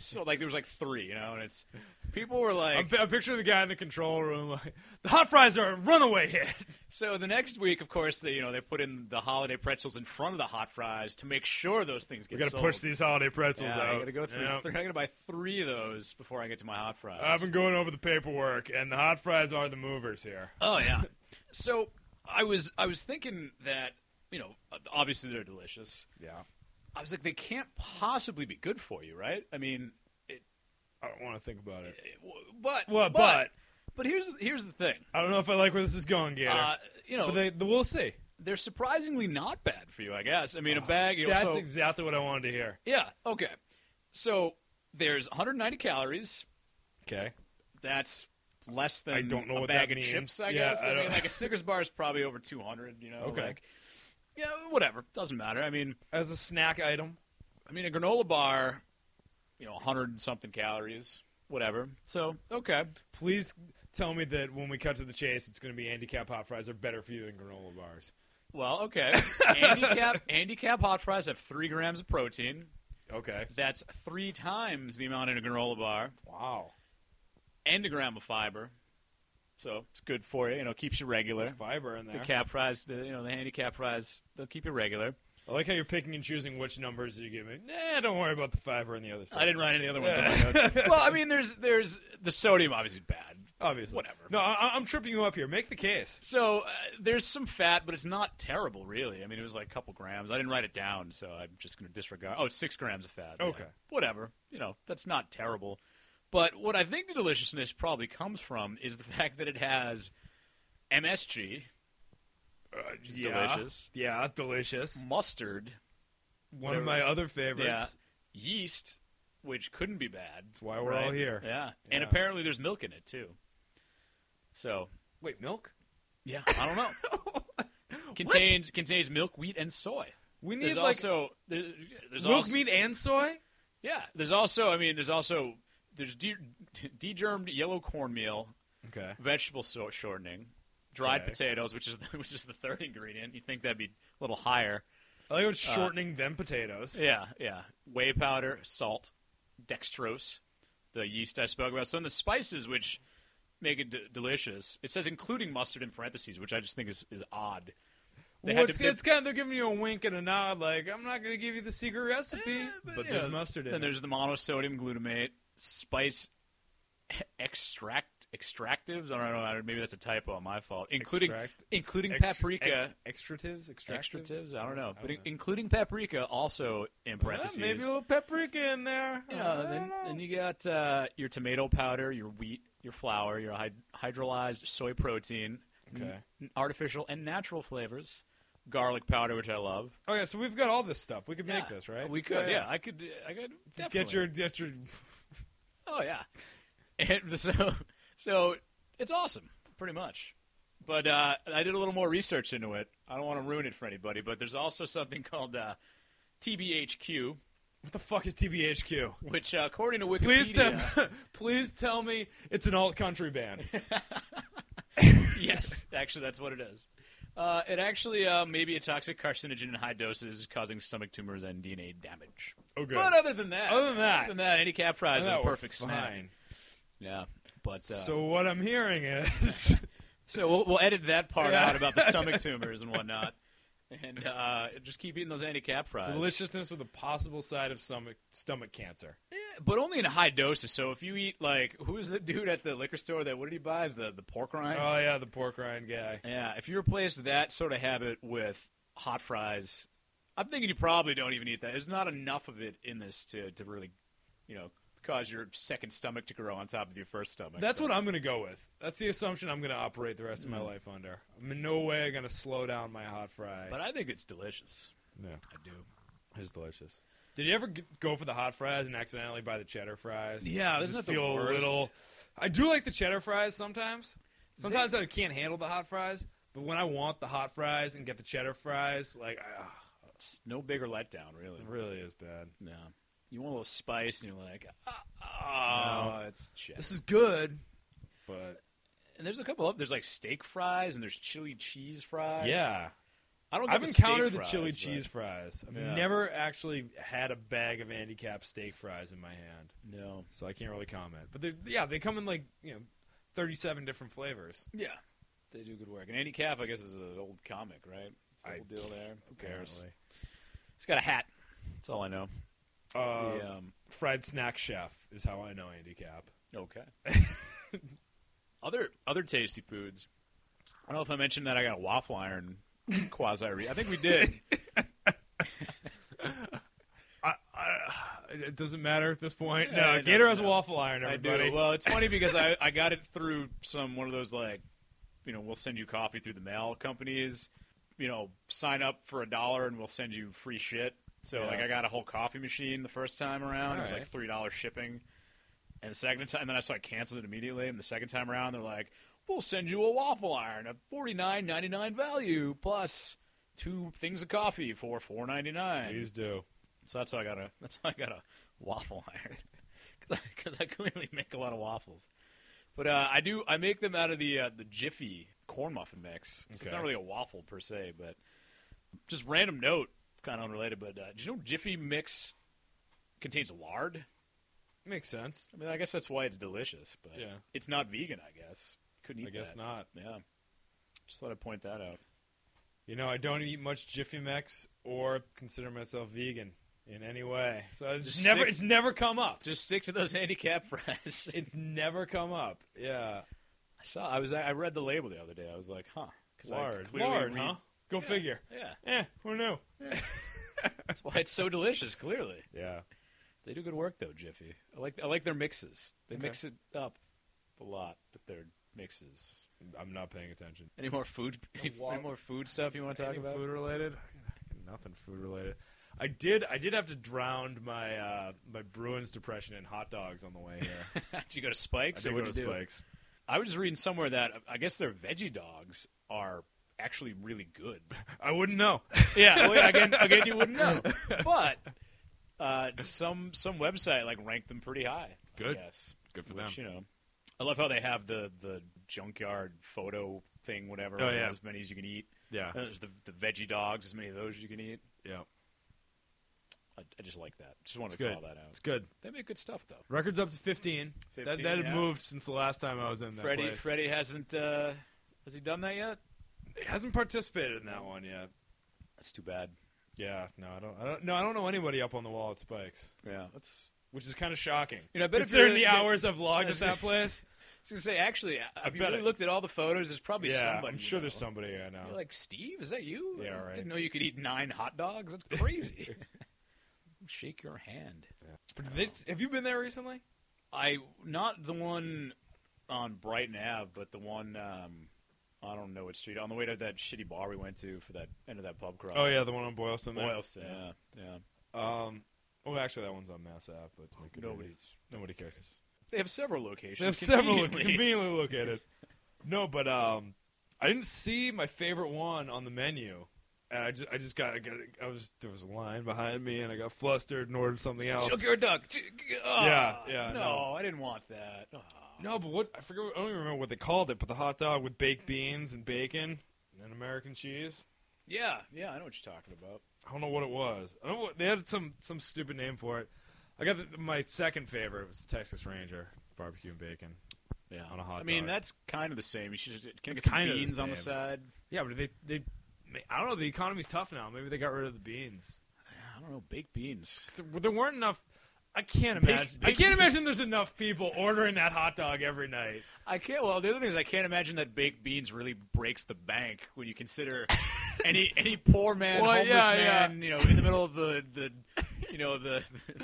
S2: So like there was like three, you know, and it's people were like,
S1: I'm, I'm picturing the guy in the control room. Like, the hot fries are a runaway hit.
S2: So the next week, of course, they you know they put in the holiday pretzels in front of the hot fries to make sure those things
S1: We
S2: get.
S1: gotta
S2: sold.
S1: push these holiday pretzels
S2: Yeah,
S1: out.
S2: I gotta go through.
S1: Yep.
S2: Three, I gotta buy three of those before I get to my hot fries.
S1: I've been going over the paperwork, and the hot fries are the movers here.
S2: <laughs> oh yeah. so I was I was thinking that you know obviously they're delicious.
S1: Yeah.
S2: I was like they can't possibly be good for you, right? I mean, it,
S1: I don't want to think about it.
S2: it- but
S1: Well,
S2: but
S1: but
S2: but here's here's the thing.
S1: I don't know if I like where this is going, Gator.
S2: Uh, you know
S1: but they, the, we'll see.
S2: they're surprisingly not bad for you, I guess. I mean, a
S1: Oh,
S2: bag. you know,
S1: That's
S2: so-
S1: exactly what I wanted to hear.
S2: Yeah. Okay. So there's 190 calories.
S1: Okay.
S2: That's less than
S1: I don't know
S2: a
S1: what
S2: bag
S1: that
S2: of
S1: means.
S2: chips. I
S1: Yeah,
S2: guess.
S1: I
S2: I, mean,
S1: don't-
S2: like a Snickers bar is probably over 200. You know.
S1: Okay.
S2: Like, yeah. Whatever. Doesn't matter. I mean,
S1: As a snack item.
S2: I mean, a granola bar, you know, 100 and something calories. Whatever. So okay.
S1: Please tell me that when we cut to the chase, it's going to be handicap hot fries are better for you than granola bars.
S2: Well, okay. handicap
S1: <laughs>
S2: handicap hot fries have three grams of protein.
S1: Okay.
S2: That's three times the amount in a granola bar.
S1: Wow.
S2: and a gram of fiber. So it's good for you. You know, keeps you regular.
S1: There's fiber in
S2: The
S1: there.
S2: cap fries, the, you know, the handicap fries, they'll keep you regular.
S1: I like how you're picking and choosing which numbers you give me. Nah, don't worry about the fiber and the other side.
S2: I didn't write any other ones.
S1: Yeah.
S2: on my notes.
S1: <laughs>
S2: Well, I mean, there's there's the sodium obviously bad.
S1: Obviously.
S2: Whatever.
S1: No, I, I'm tripping you up here. Make the case.
S2: So uh, there's some fat, but it's not terrible, really. I mean, it was like a couple grams. I didn't write it down, so I'm just going to disregard. Oh, it's six grams of fat. Yeah.
S1: Okay.
S2: Whatever. You know, that's not terrible. But what I think the deliciousness probably comes from is the <laughs> fact that it has MSG,
S1: Uh,
S2: which is
S1: yeah.
S2: delicious,
S1: Yeah, delicious.
S2: mustard,
S1: One of
S2: Whatever.
S1: my other favorites.
S2: yeast, which couldn't be bad.
S1: That's why we're all
S2: right?
S1: here.
S2: Yeah. and
S1: Yeah.
S2: apparently there's milk in it too. So
S1: Wait, milk?
S2: <gasps> yeah, I
S1: <laughs>
S2: don't know. contains contains milk, wheat, and soy.
S1: We need
S2: There's
S1: like
S2: also there, there's
S1: milk,
S2: also
S1: meat, and soy.
S2: yeah. There's also I mean there's also there's de- de-germed yellow cornmeal,
S1: Okay.
S2: vegetable so- shortening, dried
S1: Okay.
S2: potatoes, which is the, <laughs> which is the third ingredient. You would think that'd be a little higher?
S1: I like how it's
S2: Uh,
S1: shortening them potatoes.
S2: Yeah, yeah. Whey powder, salt, dextrose, the yeast I spoke about. Some of the spices which make it d- delicious. It says including mustard in parentheses, which I just think is, is odd. They
S1: well,
S2: had
S1: it's,
S2: to-
S1: it's kind of they're giving you a wink and a nod, like I'm not going to give you the secret recipe,
S2: Eh,
S1: but,
S2: you
S1: there's
S2: know,
S1: mustard in
S2: Then
S1: it.
S2: there's the monosodium glutamate, spice extract extractives. I don't know. Maybe that's a typo on my fault. Including
S1: Extract-
S2: including
S1: Extra-
S2: paprika.
S1: ex- extratives, extractives,
S2: Extratives, uh, I don't know, but in-
S1: know.
S2: including paprika also in
S1: Yeah,
S2: parentheses.
S1: maybe a little paprika in there.
S2: You
S1: I
S2: know,
S1: don't
S2: then,
S1: know.
S2: then you got uh, your tomato powder, your wheat, your flour, your hyd- hydrolyzed soy protein, Okay. artificial and natural flavors, garlic powder, which I love.
S1: Oh yeah, so we've got all this stuff. We could make
S2: Yeah,
S1: this, right?
S2: We could, yeah. I could, I could
S1: Just
S2: definitely.
S1: get your get your.
S2: Oh yeah, and <laughs> so so it's awesome, pretty much. But uh, I did a little more research into it. I don't want to ruin it for anybody, but there's also something called uh, TBHQ,
S1: What the fuck is TBHQ?
S2: which uh, according to Wikipedia,
S1: Please tell, <laughs> please tell me it's an alt country band.
S2: <laughs> yes, actually that's what it is. Uh, it actually uh, may be a toxic carcinogen in high doses, causing stomach tumors and DNA damage.
S1: Oh, good.
S2: But other than that,
S1: Other than that.
S2: any cap fries
S1: That
S2: are a
S1: was
S2: perfect snack.
S1: fine.
S2: Yeah, but uh,
S1: So what I'm hearing
S2: <laughs>
S1: is,
S2: So we'll, we'll edit that part
S1: Yeah.
S2: out about the
S1: <laughs>
S2: stomach tumors and whatnot, and uh, just keep eating those anti-cap fries.
S1: deliciousness with a possible side of stomach stomach cancer.
S2: Eh, but only in high doses. So if you eat like, who is the dude at the liquor store that what did he buy? The the pork rinds.
S1: Oh yeah, the pork rind guy.
S2: Yeah, if you replace that sort of habit with hot fries, I'm thinking you probably don't even eat that. There's not enough of it in this to to really, you know, cause your second stomach to grow on top of your first stomach.
S1: That's what I'm gonna go with. That's the assumption I'm gonna operate the rest of my
S2: Mm.
S1: life under. I'm in no way gonna slow down my hot fry.
S2: But I think it's delicious.
S1: yeah,
S2: I do.
S1: it's delicious. Did you ever g- go for the hot fries and accidentally buy the cheddar fries?
S2: Yeah,
S1: I
S2: isn't
S1: just
S2: that the
S1: feel a
S2: worst?
S1: little. I do like the cheddar fries sometimes. Sometimes I can't handle the hot fries, but when I want the hot fries and get the cheddar fries, like, ah,
S2: It's no bigger letdown, really.
S1: it really is bad.
S2: No. You want a little spice, and you're like, ah, oh, it's
S1: This
S2: cheddar.
S1: is good, but
S2: And there's a couple of there's like steak fries, and there's chili cheese fries.
S1: yeah.
S2: I don't. get
S1: I've
S2: the
S1: encountered
S2: steak
S1: the
S2: fries,
S1: chili
S2: but-
S1: cheese fries. I've
S2: Yeah.
S1: never actually had a bag of handicap steak fries in my hand,
S2: No.
S1: so I can't really comment. But they're- yeah, they come in like you know, thirty-seven different flavors.
S2: Yeah, they do good work. And Andy Cap, I guess, is an old comic, right? It's the
S1: I-
S2: whole deal there. Who cares?
S1: Apparently,
S2: He's got a hat. That's all I know.
S1: uh,
S2: The, um,
S1: fried snack chef is how I know handicap.
S2: Okay.
S1: <laughs>
S2: other other tasty foods. I don't know if I mentioned that I got a waffle iron quasi. Re- I think
S1: <laughs>
S2: we did.
S1: It doesn't matter at this point.
S2: Yeah,
S1: no,
S2: it
S1: Gator
S2: doesn't
S1: has a
S2: matter.
S1: waffle iron. Everybody.
S2: I do. Well, it's funny
S1: <laughs>
S2: because I, I got it through some one of those like, you know, we'll send you coffee through the mail companies. You know, sign up for a dollar and we'll send you free shit. So
S1: Yeah.
S2: like, I got a whole coffee machine the first time around. it was
S1: Alright.
S2: like three dollars shipping, and the second time, and then I so I canceled it immediately. And the second time around, they're like, we'll send you a waffle iron at forty nine ninety nine value plus two things of coffee for four ninety nine.
S1: Please do.
S2: So that's how I got a that's how I got a waffle <laughs> iron because I, clearly make a lot of waffles. But uh, I do I make them out of the uh, the Jiffy corn muffin mix. So
S1: Okay.
S2: it's not really a waffle per se, but just random note, kind of unrelated. But uh, did you know Jiffy mix contains lard?
S1: Makes sense.
S2: I mean, I guess that's why it's delicious, but
S1: Yeah.
S2: it's not vegan. I guess couldn't eat.
S1: I guess
S2: that.
S1: not.
S2: Yeah, just thought I'd point that out.
S1: You know, I don't eat much Jiffy Mex or consider myself vegan in any way. So it's
S2: Just
S1: never
S2: stick-
S1: it's never come up.
S2: Just stick to those <laughs> handicap fries. <laughs>
S1: It's never come up. Yeah.
S2: I saw. I was. I read the label the other day. I was like, huh. 'Cause I
S1: Lard.
S2: clearly
S1: Lard,
S2: read-
S1: huh? Go
S2: Yeah.
S1: figure.
S2: Yeah.
S1: Eh, who knew?
S2: That's why it's so delicious. Clearly,
S1: Yeah.
S2: they do good work though, Jiffy. I like I like their mixes. They mix it up a lot with their mixes.
S1: I'm not paying attention.
S2: Any more food? Any,
S1: wa-
S2: any more food stuff you want to talk
S1: Any
S2: about?
S1: food related? Nothing food related. I did I did have to drown my uh, my Bruins depression in hot dogs on the way
S2: <laughs>
S1: here.
S2: <laughs> did you go
S1: I
S2: to Spikes?
S1: did
S2: or
S1: go
S2: what'd
S1: to
S2: you do?
S1: Spikes.
S2: I was reading somewhere that I guess their veggie dogs are actually really <laughs> good.
S1: I wouldn't know.
S2: yeah, well, yeah, again, again, you wouldn't <laughs> know, but uh, some some website like ranked them pretty high.
S1: Good.
S2: I guess.
S1: Good for
S2: which,
S1: them.
S2: You know, I love how they have the the junkyard photo thing, whatever.
S1: Oh, yeah.
S2: as many as you can eat.
S1: Yeah.
S2: And there's the the veggie dogs, as many of those you can eat.
S1: Yeah.
S2: I, I just like that. Just wanted
S1: It's
S2: to
S1: good.
S2: call that out.
S1: It's good.
S2: They make good stuff though.
S1: Records up to 15. that
S2: 15,
S1: that had
S2: yeah.
S1: moved since the last time I was in that
S2: Freddie
S1: place.
S2: Freddie hasn't uh, has he done that yet?
S1: hasn't participated in that one yet.
S2: That's too bad.
S1: Yeah, no, I don't. I don't. No, I don't know anybody up on the wall at Spikes,
S2: Yeah, that's.
S1: which is kind of shocking.
S2: You know, I bet if
S1: Considering
S2: you're-
S1: the hours I've logged at
S2: I was <laughs>
S1: that
S2: gonna-
S1: place,
S2: I was gonna say actually, I
S1: bet
S2: you really
S1: it-
S2: looked at all the photos. There's probably
S1: yeah,
S2: somebody.
S1: I'm
S2: you
S1: sure there's
S2: know.
S1: somebody I know.
S2: You're like, Steve, is that you?
S1: Yeah,
S2: I
S1: right.
S2: Didn't know you could eat nine hot dogs.
S1: <laughs>
S2: That's crazy. <laughs> Shake your hand.
S1: But they- have you been there recently?
S2: I not the one on Brighton Ave, but the one um, I don't know what street on the way to that shitty bar we went to for that end of that pub crawl.
S1: Oh yeah, the one on Boylston. There.
S2: Boylston. Yeah, yeah.
S1: Um. Well, actually, that one's on Mass Ave, but we could-
S2: Nobody's.
S1: nobody cares.
S2: They have several locations.
S1: They have several look-
S2: conveniently.
S1: conveniently located. No, but um, I didn't see my favorite one on the menu. And I just, I just got, I got, I was there was a line behind me, and I got flustered and ordered something else.
S2: Choke your duck. ah.
S1: Yeah, yeah,
S2: No,
S1: no.
S2: I didn't want that. Ah.
S1: No, but what I forget, I don't even remember what they called it. But the hot dog with baked beans and bacon and American cheese.
S2: Yeah, yeah, I know what you're talking about.
S1: I don't know what it was. I don't. Know what, they had some some stupid name for it. I got the, my second favorite was Texas Ranger barbecue and bacon.
S2: Yeah,
S1: On a hot
S2: I mean,
S1: dog.
S2: that's kind of the same. You should can I
S1: It's
S2: get some
S1: kind of the
S2: beans on the
S1: same.
S2: side.
S1: Yeah, but they they I don't know. The economy's tough now. Maybe they got rid of the beans.
S2: I don't know, baked beans.
S1: 'Cause There weren't enough. I can't
S2: Big-
S1: imagine. I
S2: big-
S1: can't imagine there's enough people ordering that hot dog every night.
S2: I can't. Well, the other thing is, I can't imagine that baked beans really breaks the bank when
S1: <laughs>
S2: you consider any any poor man,
S1: Well,
S2: homeless
S1: yeah, yeah.
S2: man, you know, in the middle of the the. You know the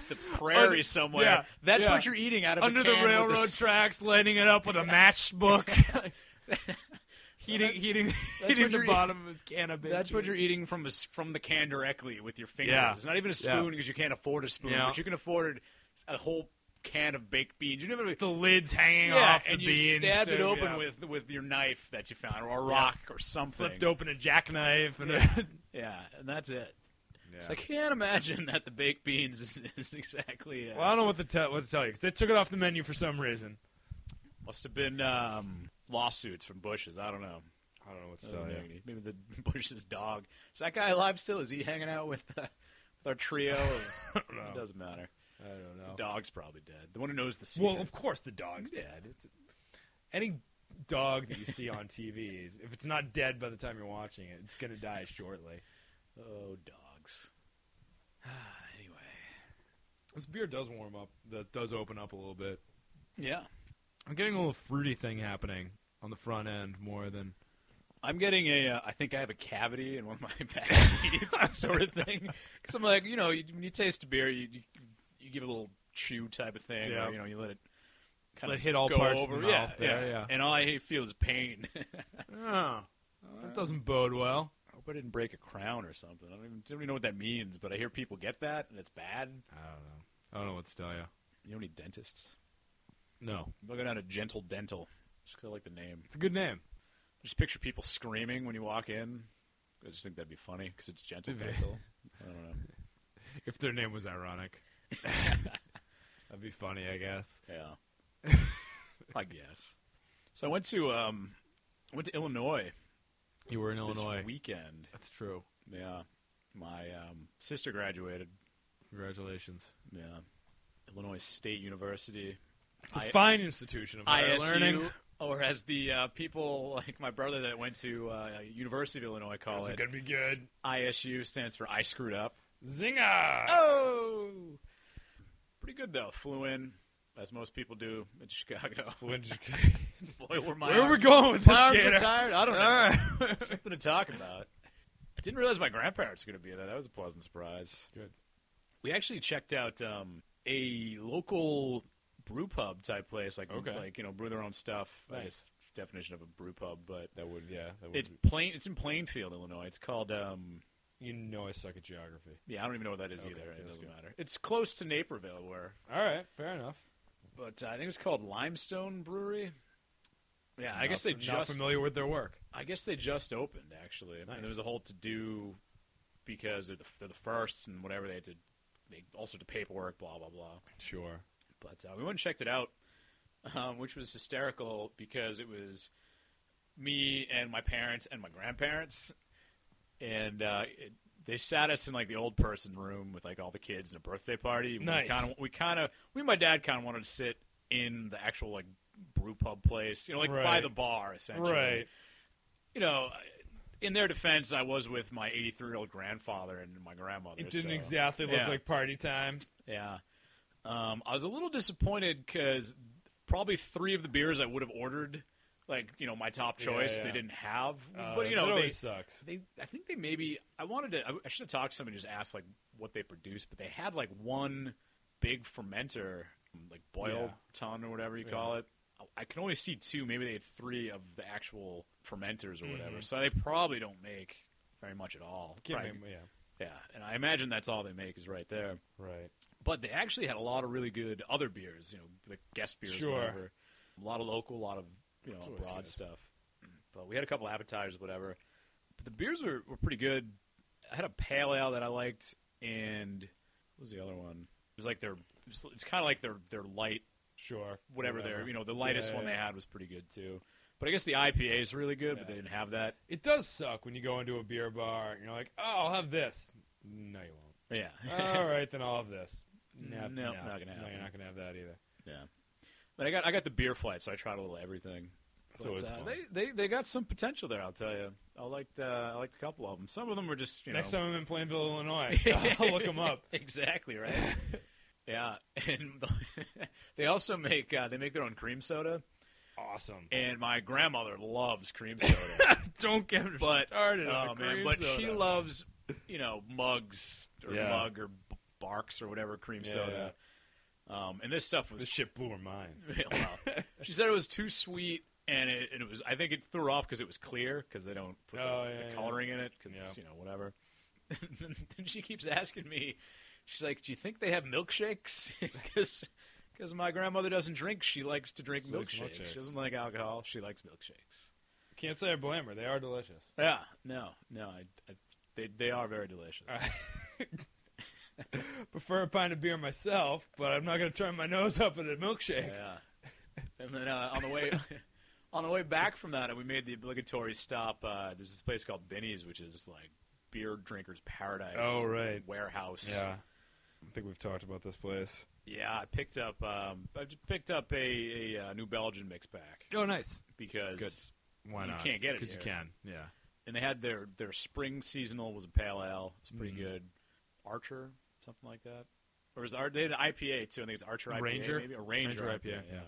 S2: the prairie
S1: Under-
S2: somewhere.
S1: yeah,
S2: That's
S1: yeah.
S2: what you're eating out of
S1: Under
S2: a
S1: the
S2: can with
S1: railroad
S2: this-
S1: tracks, lighting it up with a matchbook.
S2: <laughs>
S1: heating, heating, heating
S2: what
S1: the
S2: you're-
S1: bottom of his can of
S2: That's what
S1: bacon.
S2: you're eating from a s from the can directly with your fingers.
S1: Yeah.
S2: Not even a spoon because you can't afford a spoon,
S1: Yeah.
S2: but you can afford a whole can of baked beans. You never
S1: The lid's hanging
S2: yeah,
S1: off the
S2: and you
S1: beans.
S2: stab it
S1: too,
S2: open
S1: yeah.
S2: with with your knife that you found or a rock or something.
S1: flipped open a jackknife and a- <laughs>
S2: Yeah, and that's it.
S1: Yeah.
S2: So I can't imagine that the baked beans is, <laughs> is exactly. Uh,
S1: Well, I don't know what to tell what to tell you because they took it off the menu for some reason.
S2: must have been um, lawsuits from Bush's. I don't know.
S1: I don't know what to
S2: Doesn't make any- Maybe the <laughs> Bush's dog. Is that guy alive still? Is he hanging out with, uh, with
S1: <laughs>
S2: our trio? Of,
S1: <laughs> I don't know.
S2: It doesn't matter.
S1: I don't know.
S2: The dog's probably dead. The one who knows the secret.
S1: Well, of course the dog's
S2: Yeah.
S1: dead. It's any dog that you see on TV is if it's not dead by the time you're watching it, it's gonna die shortly.
S2: oh, dogs. <sighs> anyway.
S1: This beer does warm up. That does open up a little bit.
S2: Yeah.
S1: I'm getting a little fruity thing happening on the front end more <laughs> than
S2: I'm getting a. Uh, I think I have a cavity in one of my <laughs> back teeth, sort of thing. Because I'm like, you know, you, when you taste a beer, you, you you give it a little chew type of thing,
S1: Yeah.
S2: or you know, you let it kind
S1: Let
S2: of
S1: it hit all
S2: go
S1: parts of
S2: over.
S1: the
S2: yeah,
S1: mouth there, yeah.
S2: And all I feel is pain. <laughs> I
S1: oh, that doesn't bode well.
S2: hope I didn't break a crown or something. I don't even, don't even know what that means, but I hear people get that, and it's bad.
S1: I don't know. I don't know what to tell you.
S2: You know any dentists?
S1: No,
S2: I'm going down to Gentle Dental just 'cause I like the name.
S1: it's a good name.
S2: Just picture people screaming when you walk in. I just think that'd be funny because it's Gentle
S1: Very-
S2: Dental.
S1: <laughs>
S2: I don't know.
S1: If their name was
S2: <laughs>
S1: ironic, that'd be funny, I guess.
S2: Yeah. <laughs> I guess. So I went to um went to Illinois,
S1: You were in Illinois.
S2: this weekend.
S1: That's true.
S2: Yeah. My um, sister graduated.
S1: Congratulations.
S2: Yeah. Illinois State University.
S1: It's a
S2: I-
S1: fine institution of higher
S2: ISU,
S1: learning.
S2: or as the uh, people like my brother that went to uh, University of Illinois call
S1: This is
S2: it,
S1: gonna be good.
S2: ISU stands for I screwed up.
S1: Zinger!
S2: Oh, pretty good though. Flew in, as most people do in Chicago. <laughs>
S1: <laughs>
S2: Boy, were my
S1: Where are we
S2: arms-
S1: going with this,
S2: My arms were
S1: Gator?
S2: tired. I don't know.
S1: All right.
S2: <laughs> something to talk about. I didn't realize my grandparents were going to be there. That was a pleasant surprise.
S1: Good.
S2: We actually checked out um, a local brew pub type place, like
S1: Okay.
S2: like you know brew their own stuff. I
S1: Nice.
S2: guess definition of a brew pub, but
S1: That would, yeah. That would
S2: it's plain. It's in Plainfield, Illinois. It's called. Um,
S1: you know I suck at geography.
S2: yeah, I don't even know what that is
S1: Okay,
S2: either. It
S1: that's
S2: doesn't
S1: good.
S2: matter. It's close to Naperville, where
S1: All right, fair enough.
S2: but uh, I think it's called Limestone Brewery. Yeah, I
S1: Not-
S2: guess they
S1: not
S2: just
S1: familiar with their work.
S2: I guess they just opened actually.
S1: Nice.
S2: And there was a whole to do because they're the, they're the first and whatever they had to. They also did paperwork, blah blah blah.
S1: Sure.
S2: But uh, we went and checked it out, um, which was hysterical because it was me and my parents and my grandparents, and uh, it, they sat us in like the old person room with like all the kids and a birthday party.
S1: Nice.
S2: We kind of, we kind of, we and my dad kind of wanted to sit in the actual like brew pub place, you know, like by
S1: Right.
S2: the bar essentially
S1: Right.
S2: you know, in their defense, I was with my 83 year old grandfather and my grandmother.
S1: It didn't
S2: so,
S1: exactly look
S2: yeah.
S1: like party time.
S2: Yeah. Um, I was a little disappointed because probably three of the beers I would have ordered, like, you know, my top
S1: Yeah,
S2: choice,
S1: yeah.
S2: they didn't have.
S1: Uh,
S2: but, you
S1: that
S2: know, they,
S1: always sucks.
S2: they, I think they maybe, I wanted to, I, I should have talked to somebody and just asked, like, what they produced, but they had, like, one big fermenter, like, boil
S1: Yeah.
S2: ton or whatever you
S1: Yeah.
S2: call it. I can only see two. Maybe they had three of the actual fermenters or whatever.
S1: Mhm.
S2: So they probably don't make very much at all.
S1: Can't
S2: Probably-
S1: make- yeah,
S2: yeah, and I imagine that's all they make is right there.
S1: right.
S2: But they actually had a lot of really good other beers. You know, the guest beers,
S1: Sure.
S2: whatever. A lot of local, a lot of you know
S1: It's always
S2: abroad
S1: good.
S2: stuff. But we had a couple appetizers, whatever. But the beers were, were pretty good. I had a pale ale that I liked, and what was the other one? It was like their. It's, kind of like their their light
S1: Sure.
S2: whatever, their you know the lightest
S1: Yeah,
S2: one
S1: yeah.
S2: they had was pretty good too. But I guess the IPA is really good, but
S1: Yeah.
S2: they didn't have that.
S1: It does suck when you go into a beer bar and you're like, "Oh, I'll have this." No, you
S2: <laughs>
S1: won't.
S2: Yeah,
S1: All right, then I'll have this. No,
S2: Nope,
S1: no,
S2: not gonna
S1: no,
S2: happen.
S1: you're not gonna have that either.
S2: yeah. But I got I got the beer flight, so I tried a little everything.
S1: It's
S2: But,
S1: always
S2: uh,
S1: fun.
S2: They, they they got some potential there. I'll tell you. I liked uh, I liked a couple of them. Some of them were just you
S1: Next
S2: know
S1: time I'm in Plainville,
S2: <laughs>
S1: Illinois, I'll look them up.
S2: exactly right. yeah, and <laughs> the- they also make uh, they make their own cream soda,
S1: Awesome.
S2: and my grandmother loves cream soda.
S1: <laughs> Don't get me
S2: But-
S1: started on
S2: oh
S1: the
S2: man,
S1: cream
S2: but
S1: soda.
S2: she loves you know mugs or
S1: Yeah.
S2: mug or b- barks or whatever cream
S1: Yeah,
S2: soda. Um, and this stuff was
S1: This shit blew her mind.
S2: <laughs> well, she said it was too sweet, and it, and it was. I think it threw her off because it was clear because they don't put
S1: Oh,
S2: the,
S1: yeah,
S2: the
S1: yeah.
S2: coloring in it because
S1: Yeah.
S2: you know whatever. <laughs> and then she keeps asking me, she's like, "Do you think they have milkshakes?" <laughs> Because my grandmother doesn't drink. She likes to drink
S1: She likes
S2: milkshakes. She
S1: milkshakes.
S2: doesn't like alcohol. She likes milkshakes.
S1: Can't say I blame her. They are delicious. <laughs>
S2: Yeah, no, no, I, I, they they are very
S1: <laughs>
S2: delicious.
S1: Prefer a pint of beer myself, but I'm not going to turn my nose up at a milkshake.
S2: Yeah. <laughs> And then uh, on the way <laughs> on the way back from that, we made the obligatory stop. Uh, there's this place called Benny's, which is like beer drinkers' paradise.
S1: Oh, right.
S2: warehouse.
S1: I think we've talked about this place.
S2: yeah. I picked up um, I just picked up a, a uh, New Belgian mix pack
S1: Oh, nice.
S2: because
S1: Good. Why
S2: You
S1: not?
S2: can't get it
S1: Because you
S2: here.
S1: can. Yeah.
S2: and they had their their spring seasonal was a pale ale. It's pretty
S1: Mhm.
S2: good. Archer, something like that. Or is Ar- they had an IPA too? I think it's Archer IPA,
S1: Ranger?
S2: maybe a Ranger,
S1: Ranger
S2: IPA.
S1: IPA, yeah.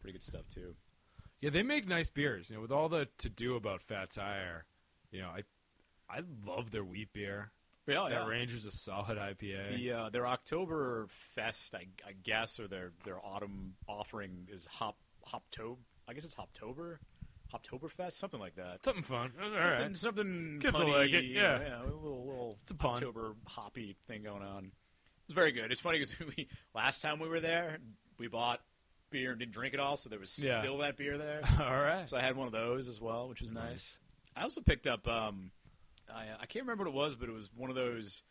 S2: pretty good stuff too.
S1: Yeah, they make nice beers. You know, with all the to do about Fat Tire, you know, I I love their wheat beer.
S2: Yeah,
S1: that
S2: oh, yeah.
S1: Ranger's a solid IPA.
S2: The uh, their October Fest, I, I guess, or their their autumn offering is Hop Hoptob. I guess it's Hoptober, Hoptoberfest, something like that.
S1: Something fun. All right.
S2: something something
S1: Kids will
S2: punny,
S1: like it,
S2: you
S1: yeah.
S2: know, a little little
S1: It's a pun.
S2: October hoppy thing going on. It's very good. It's funny because <laughs> we last time we were there, we bought beer and didn't drink it all, so there was
S1: Yeah.
S2: still that beer there.
S1: All right.
S2: So I had one of those as well, which was nice.
S1: Nice.
S2: I also picked up um, I, I can't remember what it was, but it was one of those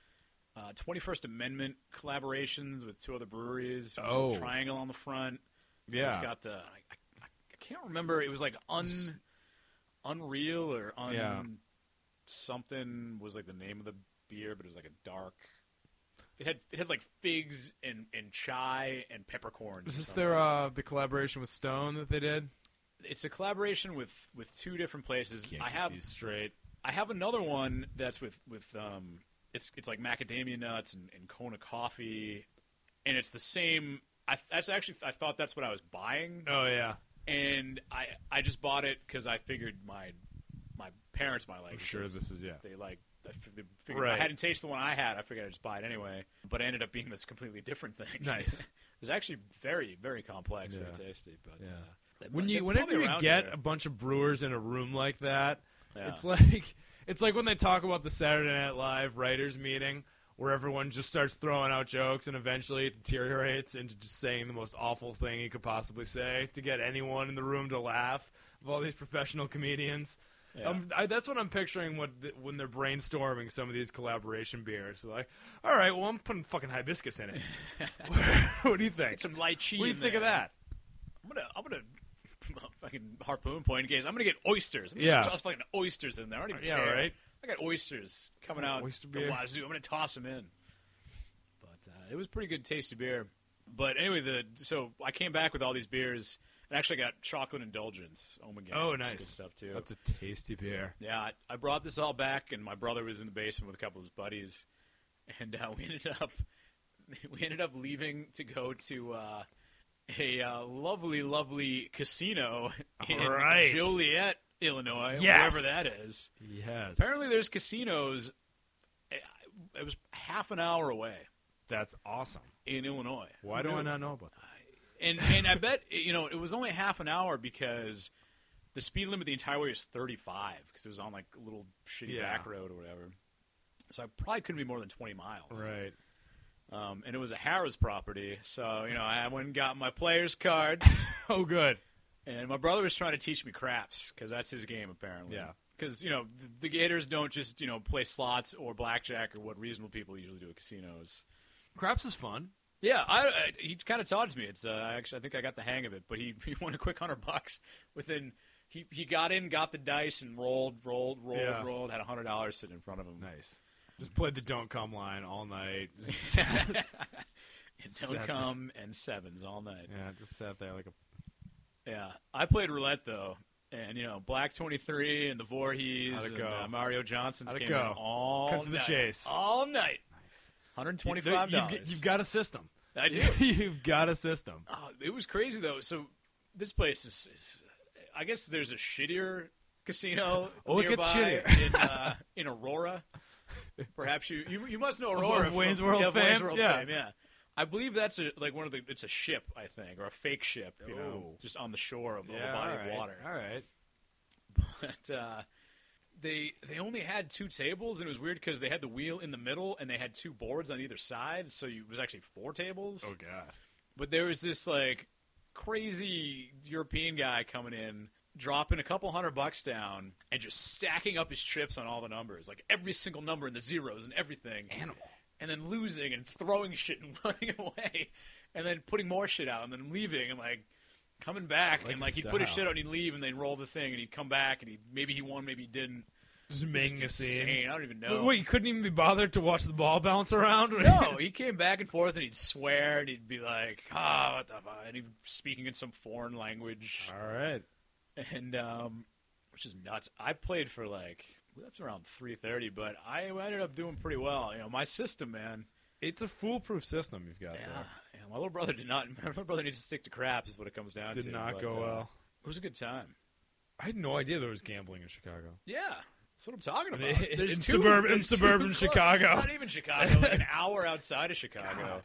S2: uh, 21st Amendment collaborations with two other breweries. with a
S1: Oh.
S2: triangle on the front. it's
S1: yeah.
S2: got the I, I, I can't remember. It was like un
S1: S-
S2: unreal or un
S1: Yeah.
S2: something was like the name of the beer, but it was like a dark. It had it had like figs and, and chai and peppercorns.
S1: Is
S2: or
S1: this
S2: something.
S1: their uh, the collaboration with Stone that they did?
S2: It's a collaboration with with two different places.
S1: Can't
S2: I
S1: keep
S2: have
S1: these straight.
S2: I have another one that's with with um, it's it's like macadamia nuts and, and Kona coffee, and it's the same. I that's actually I thought that's what I was buying,
S1: Oh yeah.
S2: and I I just bought it because I figured my my parents might like.
S1: I'm
S2: it
S1: sure
S2: 'cause
S1: this is yeah.
S2: They like. I fi- they figured I
S1: Right.
S2: hadn't tasted the one I had. I figured I'd just buy it anyway, but it ended up being this completely different thing.
S1: Nice.
S2: <laughs> it was actually very very complex, very
S1: Yeah.
S2: tasty. But
S1: Yeah.
S2: uh, they-
S1: When
S2: they're
S1: you whenever
S2: probably
S1: you
S2: around
S1: get
S2: here.
S1: a bunch of brewers in a room like that,
S2: Yeah.
S1: it's like <laughs> it's like when they talk about the Saturday Night Live writers meeting where everyone just starts throwing out jokes and eventually it deteriorates into just saying the most awful thing you could possibly say to get anyone in the room to laugh of all these professional comedians.
S2: Yeah.
S1: Um, I, that's what I'm picturing what th- when they're brainstorming some of these collaboration beers. They're like, all right, well, I'm putting fucking hibiscus
S2: <laughs>
S1: in it. <laughs> what do you think?
S2: Get some lychee.
S1: What do you
S2: in
S1: think of
S2: there.
S1: that?
S2: I'm gonna, <laughs> I'm gonna fucking harpoon point games. I'm gonna get oysters. I'm gonna
S1: Yeah.
S2: toss fucking oysters in there. I don't even
S1: Yeah,
S2: care.
S1: right.
S2: I got oysters coming out.
S1: Oyster
S2: the
S1: beer.
S2: wazoo. I'm gonna toss them in. But uh, it was pretty good, tasty beer. But anyway, the so I came back with all these beers and actually got chocolate indulgence. Oh my god.
S1: Oh,
S2: which is
S1: nice.
S2: good stuff too.
S1: That's a tasty beer.
S2: Yeah, I, I brought this all back, and my brother was in the basement with a couple of his buddies, and uh, <laughs> we ended up we ended up leaving to go to uh, a uh, lovely, lovely casino <laughs> in
S1: All right.
S2: Joliet, Illinois,
S1: Yes.
S2: wherever that is.
S1: Yes.
S2: Apparently, there's casinos. I- I- It was half an hour away
S1: That's awesome.
S2: in Illinois.
S1: Why
S2: Who
S1: do I
S2: knew?
S1: not know about this?
S2: And and I bet <laughs> you know it was only half an hour because the speed limit the entire way was 35 because it was on like a little shitty
S1: Yeah.
S2: back road or whatever. So I probably couldn't be more than 20 miles.
S1: Right. <laughs>
S2: Um, and it was a Harris property, so you know I went and got my player's card,
S1: Oh, good.
S2: and my brother was trying to teach me craps because that's his game apparently.
S1: Yeah.
S2: Because you know the, the Gators don't just you know play slots or blackjack or what reasonable people usually do at casinos.
S1: Craps is fun.
S2: Yeah, I, I he kind of taught me. It's uh, I actually I think I got the hang of it, but he <laughs> he won a quick hundred bucks within. He he got in, got the dice, and rolled, rolled, rolled,
S1: Yeah.
S2: rolled. Had a hundred dollars sitting in front of him.
S1: Nice. Just played the don't come line all
S2: <laughs>
S1: night. <laughs>
S2: And
S1: Seven.
S2: don't come and sevens all night.
S1: yeah, just sat there like a
S2: Yeah, I played roulette though, and you know Black Twenty Three and the Voorhees
S1: How'd it
S2: and
S1: go?
S2: uh, Mario Johnson's
S1: How'd it
S2: came
S1: go?
S2: in all
S1: Cut to the
S2: night.
S1: chase.
S2: all night.
S1: nice.
S2: Hundred twenty-five
S1: You've,
S2: dollars.
S1: you've, got a system.
S2: I do.
S1: <laughs> you've got a system.
S2: Oh, it was crazy though. So this place is, is I guess there's a shittier casino.
S1: <laughs> Oh, it gets
S2: nearby
S1: shittier.
S2: in, uh,
S1: <laughs>
S2: in Aurora. Perhaps you, you you must know Aurora.
S1: Of Wayne's
S2: from-
S1: World
S2: yeah, Wayne's
S1: fame?
S2: World
S1: Yeah.
S2: fame, yeah. I believe that's a, like one of the. It's a ship, I think, or a fake ship. You know,
S1: Oh.
S2: just on the shore of a body of water.
S1: All right.
S2: But uh, they they only had two tables, and it was weird because they had the wheel in the middle, and they had two boards on either side. So you, it was actually four tables.
S1: Oh god.
S2: But there was this like crazy European guy coming in, dropping a couple hundred bucks down, and just stacking up his chips on all the numbers, like every single number and the zeros and everything,
S1: Animal.
S2: and then losing and throwing shit and <laughs> running away, and then putting more shit out and then leaving and like coming back
S1: Like
S2: and like he'd put his
S1: style.
S2: shit out and he'd leave and they'd roll the thing and he'd come back and he maybe he won maybe he didn't.
S1: Just
S2: It was
S1: making a
S2: just
S1: scene.
S2: insane. I don't even know.
S1: Wait, Wait, you couldn't even be bothered to watch the ball bounce around? <laughs>
S2: No, he came back and forth, and he'd swear, and he'd be like, "Ah, what the fuck," and he'd be speaking in some foreign language,
S1: All right. Uh-huh.
S2: and um, which is nuts. I played for like that's around three thirty, but I ended up doing pretty well. You know, my system, man.
S1: It's a foolproof system you've got
S2: Yeah, yeah, my little brother did not. <laughs> My little brother needs to stick to craps, is what it comes down
S1: there.
S2: to.
S1: Did not
S2: but,
S1: go
S2: uh,
S1: well.
S2: It was a good time.
S1: I had no idea there was gambling in Chicago.
S2: Yeah. That's what I'm talking
S1: In- <laughs>
S2: about.
S1: in
S2: There's two-
S1: suburb- in
S2: there's two <laughs>
S1: suburban
S2: clubs.
S1: Chicago.
S2: Not even Chicago. Like an
S1: <laughs>
S2: hour outside of Chicago.
S1: God.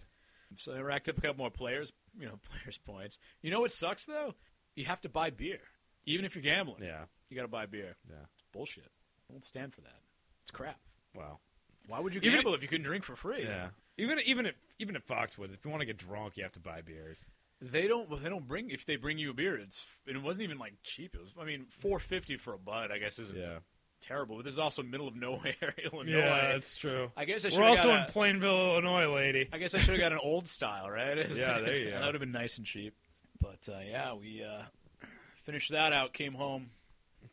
S2: So they racked up a couple more players, you know, <laughs> players points. You know what sucks though? You have to buy beer, even if you're gambling.
S1: Yeah.
S2: You got to buy beer.
S1: Yeah.
S2: Bullshit. I won't stand for that. It's crap.
S1: Wow.
S2: Why would you
S1: Even-
S2: gamble if you couldn't drink for free?
S1: Even even at even at Foxwoods, if you want to get drunk, you have to buy beers.
S2: They don't. Well, they don't bring. If they bring you a beer, it's. And it wasn't even like cheap. It was. I mean, four fifty for a bud. I guess isn't terrible. But this is also middle of nowhere, <laughs> Illinois.
S1: Yeah, that's true.
S2: I guess I should
S1: We're
S2: have
S1: also
S2: got
S1: in
S2: a-
S1: Plainville, Illinois, lady.
S2: I guess I should have got an old style, right? <laughs>
S1: Yeah, there you go.
S2: That would have been nice and cheap. But uh, yeah, we uh, finished that out. Came home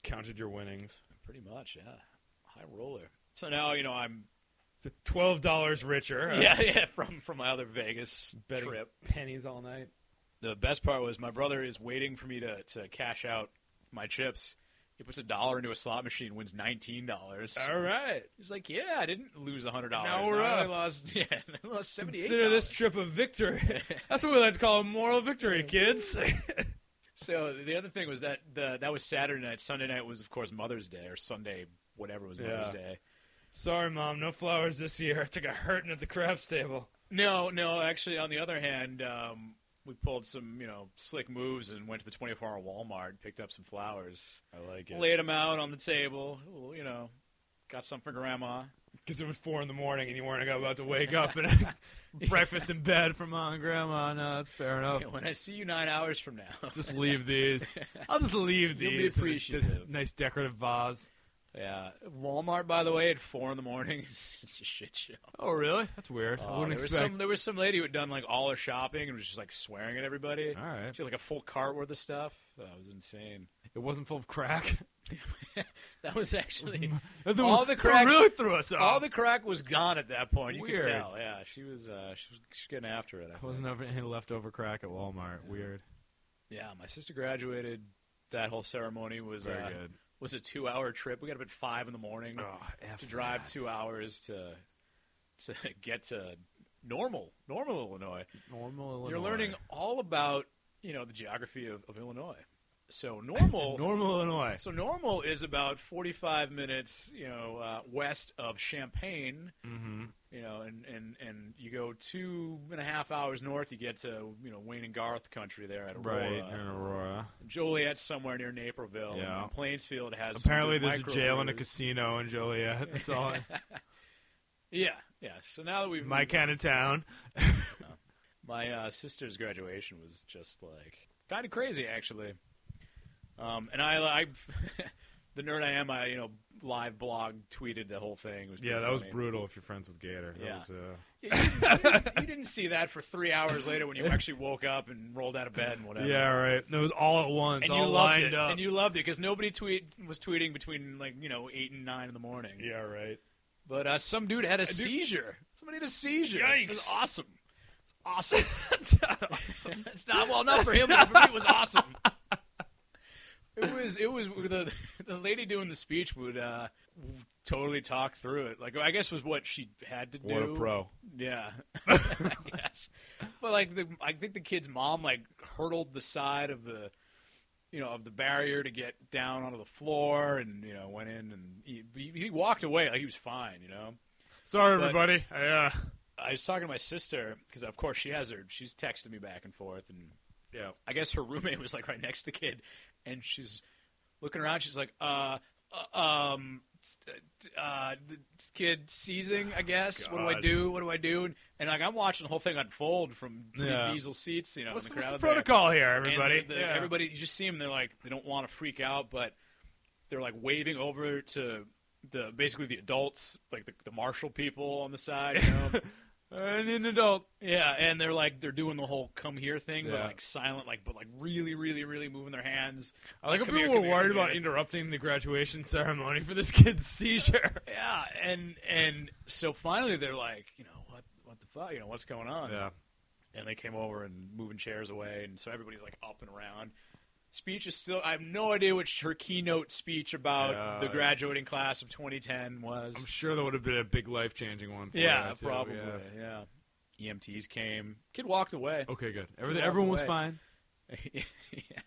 S1: Counted your winnings.
S2: pretty much. Yeah, high roller. So now you
S1: <laughs>
S2: know I'm.
S1: Twelve dollars richer. Uh,
S2: <laughs> Yeah, yeah. From from my other Vegas
S1: Betting
S2: trip.
S1: pennies all night.
S2: The best part was my brother is waiting for me to to cash out my chips. He puts a dollar into a slot machine, wins nineteen dollars.
S1: All right.
S2: He's like, "Yeah, I didn't lose hundred dollars.
S1: Now we're
S2: I
S1: up."
S2: only lost, <laughs> yeah, I lost seventy-eight.
S1: Consider this trip a victory. <laughs>
S2: <laughs>
S1: That's what we like to call a moral victory, kids. <laughs>
S2: So the other thing was that the that was Saturday night. Sunday night was of course Mother's Day or Sunday whatever was Mother's
S1: Yeah.
S2: Day.
S1: Sorry, mom, no flowers this year. <laughs> I took a hurting at the craps table.
S2: No, no. Actually, on the other hand, um, we pulled some you know slick moves and went to the 24 hour Walmart, picked up some flowers,
S1: I like
S2: Laid 'em laid them out on the table. Well, you know, got some for Grandma.
S1: Because it was four in the morning and you weren't about to wake up and
S2: <laughs>
S1: <laughs> breakfast in bed for mom and grandma. No, that's fair enough.
S2: Yeah, <laughs> when I see you nine hours from now,
S1: Oh. <laughs> Just leave these. I'll just leave
S2: You'll be
S1: these. in a
S2: appreciative.
S1: nice decorative vase.
S2: <laughs> yeah. Walmart, by the way, at four in the morning, it's <laughs> just a shit show.
S1: Oh, really? That's weird. I
S2: Uh,
S1: wouldn't
S2: there was
S1: expect.
S2: some there was some lady who had done like all her shopping and was just like swearing at everybody.
S1: <laughs> All right.
S2: She had like a full cart worth of stuff. That was insane.
S1: It wasn't full of crack.
S2: <laughs> That
S1: <laughs>
S2: was actually
S1: That's what-
S2: All the
S1: that's what
S2: crack-
S1: really threw us off.
S2: all the crack was gone at that point. You
S1: Weird.
S2: could tell. Yeah, she was uh, she was she's getting after it. I
S1: There
S2: think.
S1: wasn't over any leftover crack at Walmart. Weird.
S2: Yeah, my sister graduated. That whole ceremony was
S1: Very
S2: uh,
S1: good.
S2: was a two hour trip. We got up at five in the morning
S1: Oh, F
S2: to uh, drive
S1: that.
S2: two hours to to <laughs> get to normal normal Illinois.
S1: Normal Illinois.
S2: You're learning all about you know the geography of, of Illinois. So normal,
S1: <laughs> Normal, Illinois.
S2: so normal is about 45 minutes, you know, uh, west of Champaign.
S1: Mm-hmm.
S2: You know, and, and, and you go two and a half hours north, you get to you know Wayne and Garth country there at Aurora.
S1: Right in Aurora.
S2: Joliet's somewhere near Naperville.
S1: Yeah.
S2: And Plainsfield has some
S1: Apparently,
S2: good
S1: there's a jail and a
S2: microbrews.
S1: casino in
S2: <laughs>
S1: Joliet. That's all.
S2: Yeah, yeah. So now that we've
S1: My kind of town.
S2: my uh, sister's graduation was just like kind of crazy actually. Um, and I, <laughs> I the nerd I am, I you know live blog tweeted the whole thing. It was
S1: Yeah,
S2: pretty
S1: that was
S2: funny.
S1: brutal. If you're friends with Gator, that
S2: Yeah.
S1: was, uh,
S2: You didn't, you didn't- you didn't see that for three hours later when you actually woke up and rolled out of bed and whatever.
S1: yeah, right. It was all at once,
S2: And you
S1: all
S2: loved
S1: lined
S2: it,
S1: up.
S2: and you loved it because nobody tweet was tweeting between like you know eight and nine in the morning.
S1: yeah, right.
S2: But uh, some dude had a seizure. Somebody had a seizure. It was
S1: Yikes.
S2: awesome.
S1: <laughs>
S2: Awesome. it's not well enough for him, but for me it was
S1: <laughs>
S2: awesome. It was it was the the lady doing the speech would uh, totally talk through it. Like I guess was what she had to do.
S1: What a pro.
S2: Yeah. <laughs> yes. But like the I think the kid's mom like hurtled the side of the you know of the barrier to get down onto the floor and you know went in and he, he he walked away like he was fine, you know.
S1: Sorry,
S2: But-
S1: everybody. I, uh,
S2: I was talking to my sister because of course she has her she's texting me back and forth and
S1: yeah.
S2: I guess her roommate was like right next to the kid, and she's looking around. She's like, uh, uh, um, uh, the kid seizing. I guess. What do I
S1: Oh, God.
S2: do? What do I do? And, and like I'm watching the whole thing unfold from pretty
S1: Yeah.
S2: diesel seats. You know, in
S1: What's,
S2: the
S1: what's the
S2: crowd there.
S1: protocol here,
S2: And
S1: everybody?
S2: the- the-
S1: Yeah.
S2: Everybody, you just see them. They're like they don't want to freak out, but they're like waving over to the basically the adults, like the, the marshal people on the side. You know,
S1: And an adult.
S2: Yeah, and they're like they're doing the whole come here thing, but
S1: Yeah.
S2: like silent, like but like really, really, really moving their hands.
S1: I like how
S2: Come here,
S1: people
S2: come
S1: were
S2: here,
S1: worried
S2: come
S1: about
S2: here.
S1: interrupting the graduation ceremony for this kid's seizure.
S2: Yeah, and and so finally they're like, you know, what what the fuck, you know, what's going
S1: <laughs>
S2: on?
S1: Yeah.
S2: And they came over and moving chairs away, and so everybody's like up and around. Speech is still. I have no idea what her keynote speech about
S1: Yeah.
S2: the graduating class of 2010 was.
S1: I'm sure that would have been a big life changing one for
S2: yeah,
S1: you, too.
S2: probably.
S1: Yeah.
S2: Yeah. EMTs came. Kid walked away. <laughs>
S1: Okay, good. Everything,
S2: walked
S1: everyone was
S2: away.
S1: fine.
S2: yeah,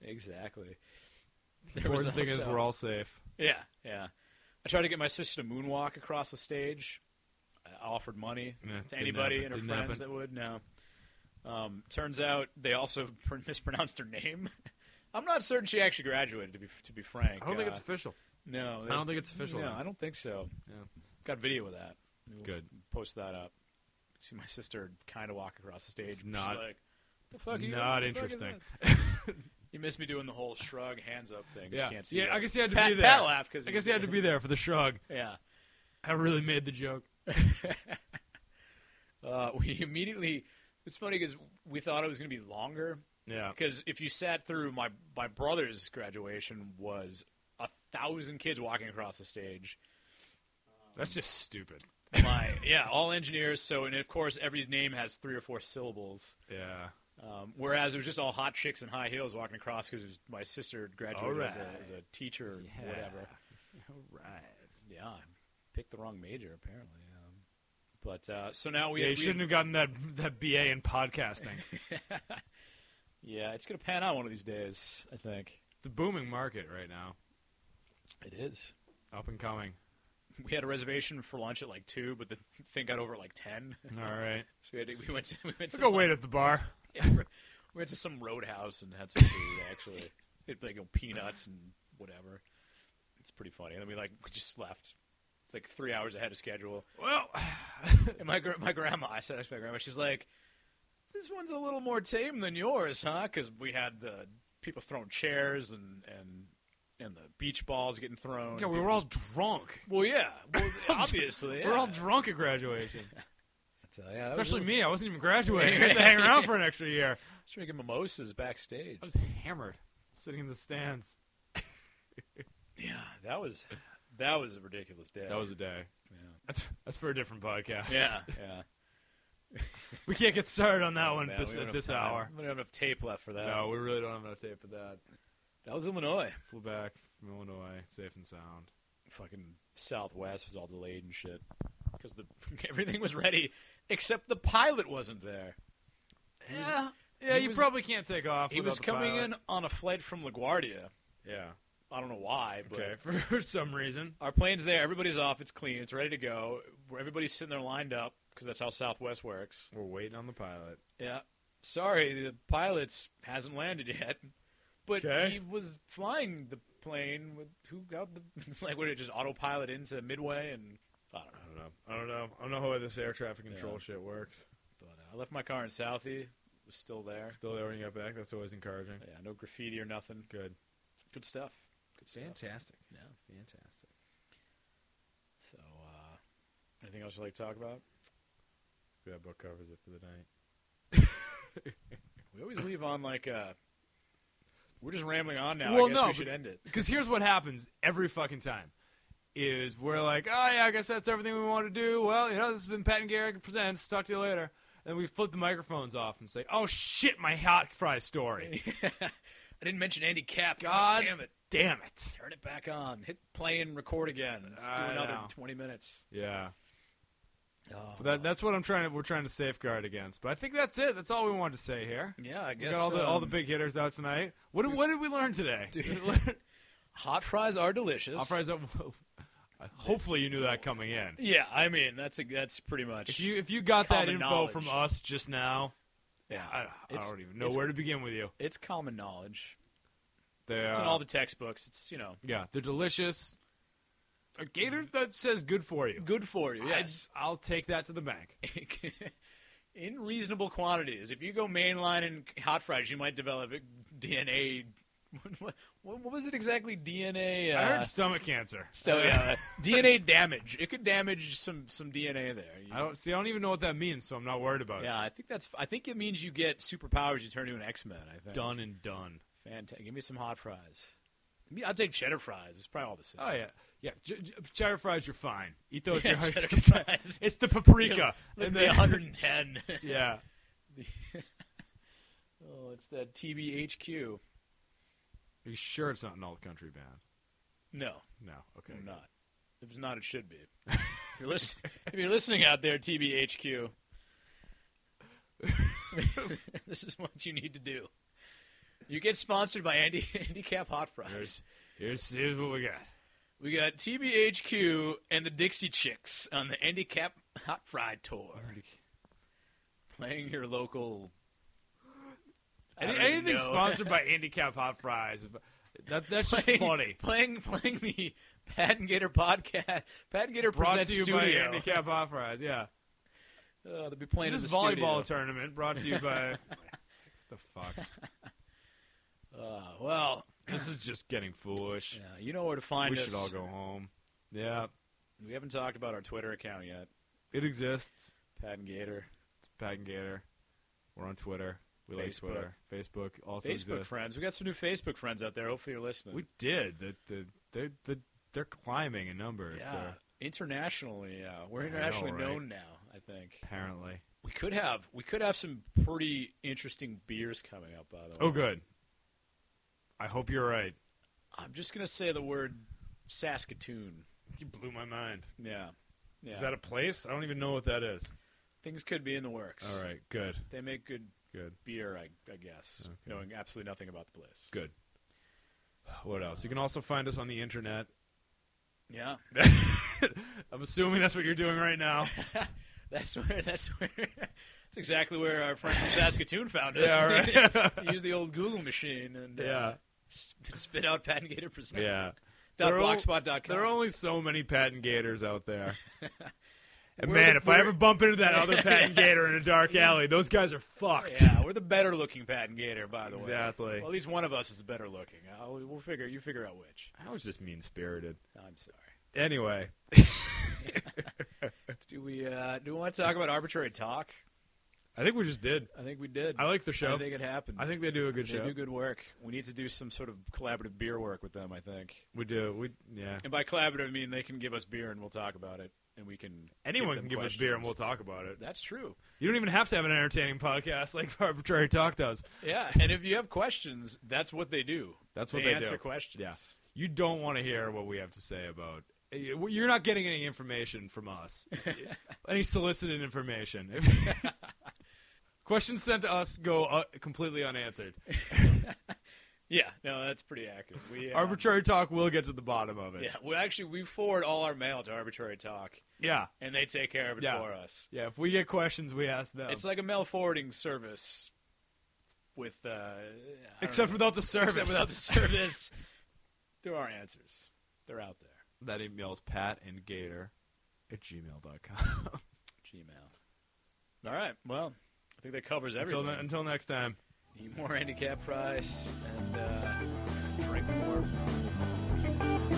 S2: exactly.
S1: The
S2: There was
S1: important thing is
S2: also-
S1: we're all safe.
S2: Yeah, yeah. I tried to get my sister to moonwalk across the stage. I offered money
S1: Yeah, didn't
S2: to anybody
S1: happen,
S2: and her
S1: didn't happen.
S2: friends that would. No. Um, turns out they also <laughs> pr- mispronounced her name. <laughs> I'm not certain she actually graduated. To be to be frank,
S1: I don't think
S2: Uh,
S1: it's official.
S2: no.
S1: I don't think it's official.
S2: No,
S1: now.
S2: I don't think so.
S1: Yeah.
S2: Got video of that. We'll
S1: Good.
S2: Post that up. See my sister kind of walk across the stage.
S1: It's
S2: and
S1: not-
S2: She's like, the fuck are you-
S1: not
S2: the fuck is
S1: <laughs> interesting.
S2: that?" you missed me doing the whole shrug, hands up thing. 'cause
S1: Yeah,
S2: You can't see
S1: yeah.
S2: that.
S1: I guess you had to
S2: Pat,
S1: be there.
S2: Pat laughed because
S1: I guess you had to be there for the shrug.
S2: Yeah.
S1: I really made the joke.
S2: uh, <laughs> we immediately. It's funny because we thought it was going to be longer.
S1: Yeah,
S2: Because if you sat through my my brother's graduation, was a thousand kids walking across the stage.
S1: that's just
S2: <laughs>
S1: stupid.
S2: My yeah, all engineers. So and of course every name has three or four syllables.
S1: Yeah,
S2: Um, whereas it was just all hot chicks in high heels walking across because my sister graduated as, a,
S1: Alright.
S2: as a teacher or whatever.
S1: All right.
S2: Yeah, I picked the wrong major apparently. Um, but uh, so now we
S1: yeah, you
S2: we-
S1: shouldn't have gotten that that BA in
S2: <laughs>
S1: podcasting.
S2: Yeah, it's going to pan out one of these days, I think.
S1: it's a booming market right now,
S2: It is.
S1: up and coming.
S2: We had a reservation for lunch at like 2, but the thing got over at like 10.
S1: All right,
S2: <laughs> So we, had to, we went to, we went
S1: let's
S2: to
S1: go wait at the bar.
S2: we went to some roadhouse and had
S1: <laughs>
S2: some food actually. It like you know, peanuts and whatever. It's pretty funny. And then we like we just left. It's like 3 hours ahead of schedule. <laughs>
S1: Well,
S2: And my gr- my grandma, I said to my grandma, she's like, "This one's a little more tame than yours, huh?" Because we had the people throwing chairs and and and the beach balls getting thrown.
S1: yeah, we were all drunk.
S2: Well, yeah,
S1: <laughs>
S2: well, obviously,
S1: We're all
S2: yeah.
S1: drunk at graduation,
S2: So, yeah, that was
S1: especially
S2: really-
S1: me. I wasn't even graduating. I had to <laughs> hang around for an extra year.
S2: drinking mimosas backstage.
S1: I was hammered, sitting in the stands.
S2: Yeah, that was that was a ridiculous day.
S1: That was a day.
S2: yeah,
S1: That's that's for a different podcast.
S2: yeah. <laughs> yeah.
S1: <laughs> we can't get started on that one
S2: Man,
S1: this,
S2: we don't
S1: at
S2: have
S1: this
S2: time.
S1: hour.
S2: We don't have enough tape left for that.
S1: No, we really don't have enough tape for that.
S2: that was Illinois.
S1: Flew back from Illinois, safe and sound.
S2: Fucking Southwest was all delayed and shit <laughs> because the everything was ready except the pilot wasn't there. It was-
S1: Yeah,
S2: He
S1: you
S2: was-
S1: probably can't take off.
S2: He
S1: without
S2: was
S1: the
S2: coming
S1: pilot.
S2: in on a flight from LaGuardia.
S1: Yeah.
S2: I don't know why, but
S1: Okay. <laughs> For some reason.
S2: our plane's there. Everybody's off. It's clean. It's ready to go. We're- Everybody's sitting there lined up because that's how Southwest works.
S1: We're waiting on the pilot.
S2: Yeah. Sorry, the pilot's hasn't landed yet, but
S1: Okay.
S2: he was flying the plane with who got the. <laughs> It's like what did it just autopilot into midway and I don't know.
S1: I don't know. I don't know. I don't know how this air traffic control
S2: Yeah.
S1: shit works.
S2: But uh, I left my car in Southie. It was still there.
S1: Still there when you got back. That's always encouraging.
S2: Yeah, no graffiti or nothing.
S1: Good.
S2: Good stuff. Good stuff.
S1: Fantastic.
S2: Yeah.
S1: Fantastic.
S2: So, uh, anything else you'd like to talk about?
S1: That book covers it for the night.
S2: We always leave on like uh We're just rambling on now.
S1: Well,
S2: I guess
S1: no,
S2: we should
S1: but-
S2: end it. <laughs>
S1: Because here's what happens every fucking time. Is we're like, oh yeah, I guess that's everything we want to do. Well, you know, this has been Pat and Garrick presents. Talk to you later. And we flip the microphones off and say, oh shit, my hot fry <laughs> story.
S2: I didn't mention Andy Cap.
S1: God
S2: damn it.
S1: Damn it.
S2: Turn it back on. Hit play and record again. Let's do
S1: I
S2: another
S1: know.
S2: 20 minutes.
S1: Yeah,
S2: Oh,
S1: but that, that's what I'm trying to. We're trying to safeguard against. But I think that's it. That's all we wanted to say here.
S2: yeah, I
S1: We
S2: guess
S1: got all the all the
S2: um,
S1: big hitters out tonight. What did, what did we learn today?
S2: Dude. <laughs> hot fries are delicious.
S1: <laughs> I'll prize up. <laughs> Hopefully, you knew that coming in.
S2: Yeah, I mean that's a, that's pretty much.
S1: If you if you got that
S2: Common
S1: info
S2: knowledge. from
S1: from us just now,
S2: yeah,
S1: I, I
S2: It's-
S1: don't even know
S2: it's-
S1: where to begin with you.
S2: it's common knowledge.
S1: They
S2: It's in
S1: are-
S2: all the textbooks. It's you know
S1: yeah, they're delicious. A gator that says good for you.
S2: good for you. Mm. Yes, <laughs>
S1: I, will take that to the bank.
S2: in reasonable quantities. If you go mainline and hot fries, you might develop it- DNA. <laughs> What, what what was it exactly? DNA. Uh,
S1: I heard uh, stomach cancer.
S2: so,
S1: <laughs>
S2: yeah, DNA damage. It could damage some some DNA there. You-
S1: I don't see. I don't even know what that means, so I'm not worried about
S2: yeah, I think that's. I think it means you get superpowers. You turn into an X Men. I
S1: it.
S2: think.
S1: Done and done.
S2: Fantastic. Give me some hot fries. Give me- I'll take cheddar fries. It's probably all the same.
S1: Oh yeah, yeah. J- j- cheddar fries, you're fine. Eat those.
S2: <laughs> Yeah,
S1: you're-
S2: cheddar fries.
S1: <laughs> It's the paprika
S2: <laughs> Look
S1: and
S2: at the
S1: then
S2: 110.
S1: <laughs> yeah.
S2: <laughs> oh, it's that TBHQ.
S1: Are you sure it's not an alt country band?
S2: No,
S1: No. Okay.
S2: I'm not. If it's not, it should
S1: <laughs>
S2: be. if, you're listen- if you're listening out
S1: <laughs>
S2: there, TBHQ, <laughs> this is what you need to do. You get sponsored by Andy <laughs> Handicap Hot Fries.
S1: Here's, here's here's what we got.
S2: We got TBHQ and the Dixie Chicks on the Handicap Hot Fry Tour, playing your local. I
S1: Any,
S2: don't even
S1: anything
S2: know. <laughs>
S1: sponsored by Handicap Hot Fries. if- That, that's just
S2: playing,
S1: funny.
S2: Playing playing the Pat and Gator podcast. Pat and Gator
S1: Brought
S2: presents
S1: to you by
S2: studio.
S1: Handicap Hot Fries. Yeah.
S2: Uh, they'll be <laughs> playing
S1: this
S2: in the
S1: volleyball
S2: studio.
S1: tournament brought to you
S2: <laughs>
S1: by. the fuck.
S2: Uh, well,
S1: This is just getting foolish.
S2: yeah, you know where to find
S1: we
S2: us.
S1: should all go home. Yeah,
S2: We haven't talked about our Twitter account yet.
S1: it exists.
S2: Pat and Gator,
S1: It's Pat and Gator. We're on Twitter. We
S2: Facebook.
S1: like Twitter. Facebook also
S2: Facebook
S1: exists.
S2: friends. We got some new Facebook friends out there. Hopefully, you're listening.
S1: We did. The, the, they the, they're climbing in numbers.
S2: yeah,
S1: They're,
S2: internationally. Yeah, we're
S1: I know,
S2: internationally
S1: right?
S2: known now. I think
S1: apparently.
S2: we could have we could have some pretty interesting beers coming up. By the way,
S1: Oh, good. I hope you're right.
S2: I'm just gonna say the word Saskatoon.
S1: You blew my mind.
S2: Yeah, yeah.
S1: Is that a place? I don't even know what that is.
S2: Things could be in the works.
S1: All right, good,
S2: They make good
S1: good,
S2: beer, I, I guess,
S1: Okay.
S2: knowing absolutely nothing about the place.
S1: good. What else? You can also find us on the internet. <laughs>
S2: Yeah, <laughs>
S1: I'm assuming that's what you're doing right now.
S2: that's where that's where that's exactly where our friend from Saskatoon found us.
S1: yeah, right.
S2: <laughs> He used the old Google machine and uh,
S1: Yeah.
S2: s- spit out Pat and Gator Presents.
S1: yeah.
S2: Dot
S1: They're all-
S2: blogspot.com.
S1: There are only so many patent gators out
S2: <laughs>
S1: there. And
S2: We're
S1: man,
S2: the-
S1: if I
S2: we're-
S1: ever bump into that
S2: <laughs>
S1: other patent gator in a dark alley, those guys are fucked.
S2: yeah,
S1: <laughs>
S2: we're the better looking Pat and Gator, by the way.
S1: Exactly.
S2: Well, at least one of us is the better looking.
S1: Uh,
S2: I'll, we'll figure. You figure out which.
S1: I was just mean spirited.
S2: I'm sorry.
S1: Anyway,
S2: Do we uh, do we want to talk about arbitrary talk?
S1: I think we just did.
S2: I think we did.
S1: I like the show.
S2: I think it happened.
S1: I think they do a good
S2: they
S1: show.
S2: do good work. We need to do some sort of collaborative beer work with them. I think.
S1: We do. We yeah.
S2: And by collaborative, I mean they can give us beer and we'll talk about it, and we can.
S1: Anyone
S2: them
S1: can give us beer and we'll
S2: questions.
S1: talk about it.
S2: That's true.
S1: You don't even have to have an entertaining podcast like <laughs> Arbitrary Talk does.
S2: Yeah, and if you have questions, that's what they do.
S1: That's what
S2: they,
S1: they
S2: answer
S1: do.
S2: questions.
S1: Yeah. You don't want to hear what we have to say about. eh, You're not getting any
S2: <laughs>
S1: information from us, any solicited information. <laughs> Questions sent to us go uh, completely unanswered.
S2: Yeah, no, that's pretty accurate. We uh,
S1: Arbitrary talk will get to the bottom of it.
S2: Yeah, well, actually, we forward all our mail to Arbitrary Talk,
S1: yeah,
S2: and they take care of it
S1: Yeah.
S2: for us.
S1: Yeah, If we get questions, we ask them.
S2: It's like a mail forwarding service with, uh, I don't
S1: Except
S2: know,
S1: without the service.
S2: <laughs>
S1: <laughs>
S2: except without the service. there are answers. They're out there.
S1: that email's pat and gator at gmail.com.
S2: Gmail. All right. Well, I think that covers
S1: until,
S2: everything.
S1: ne- until next time.
S2: Need more handicap price and uh, drink more.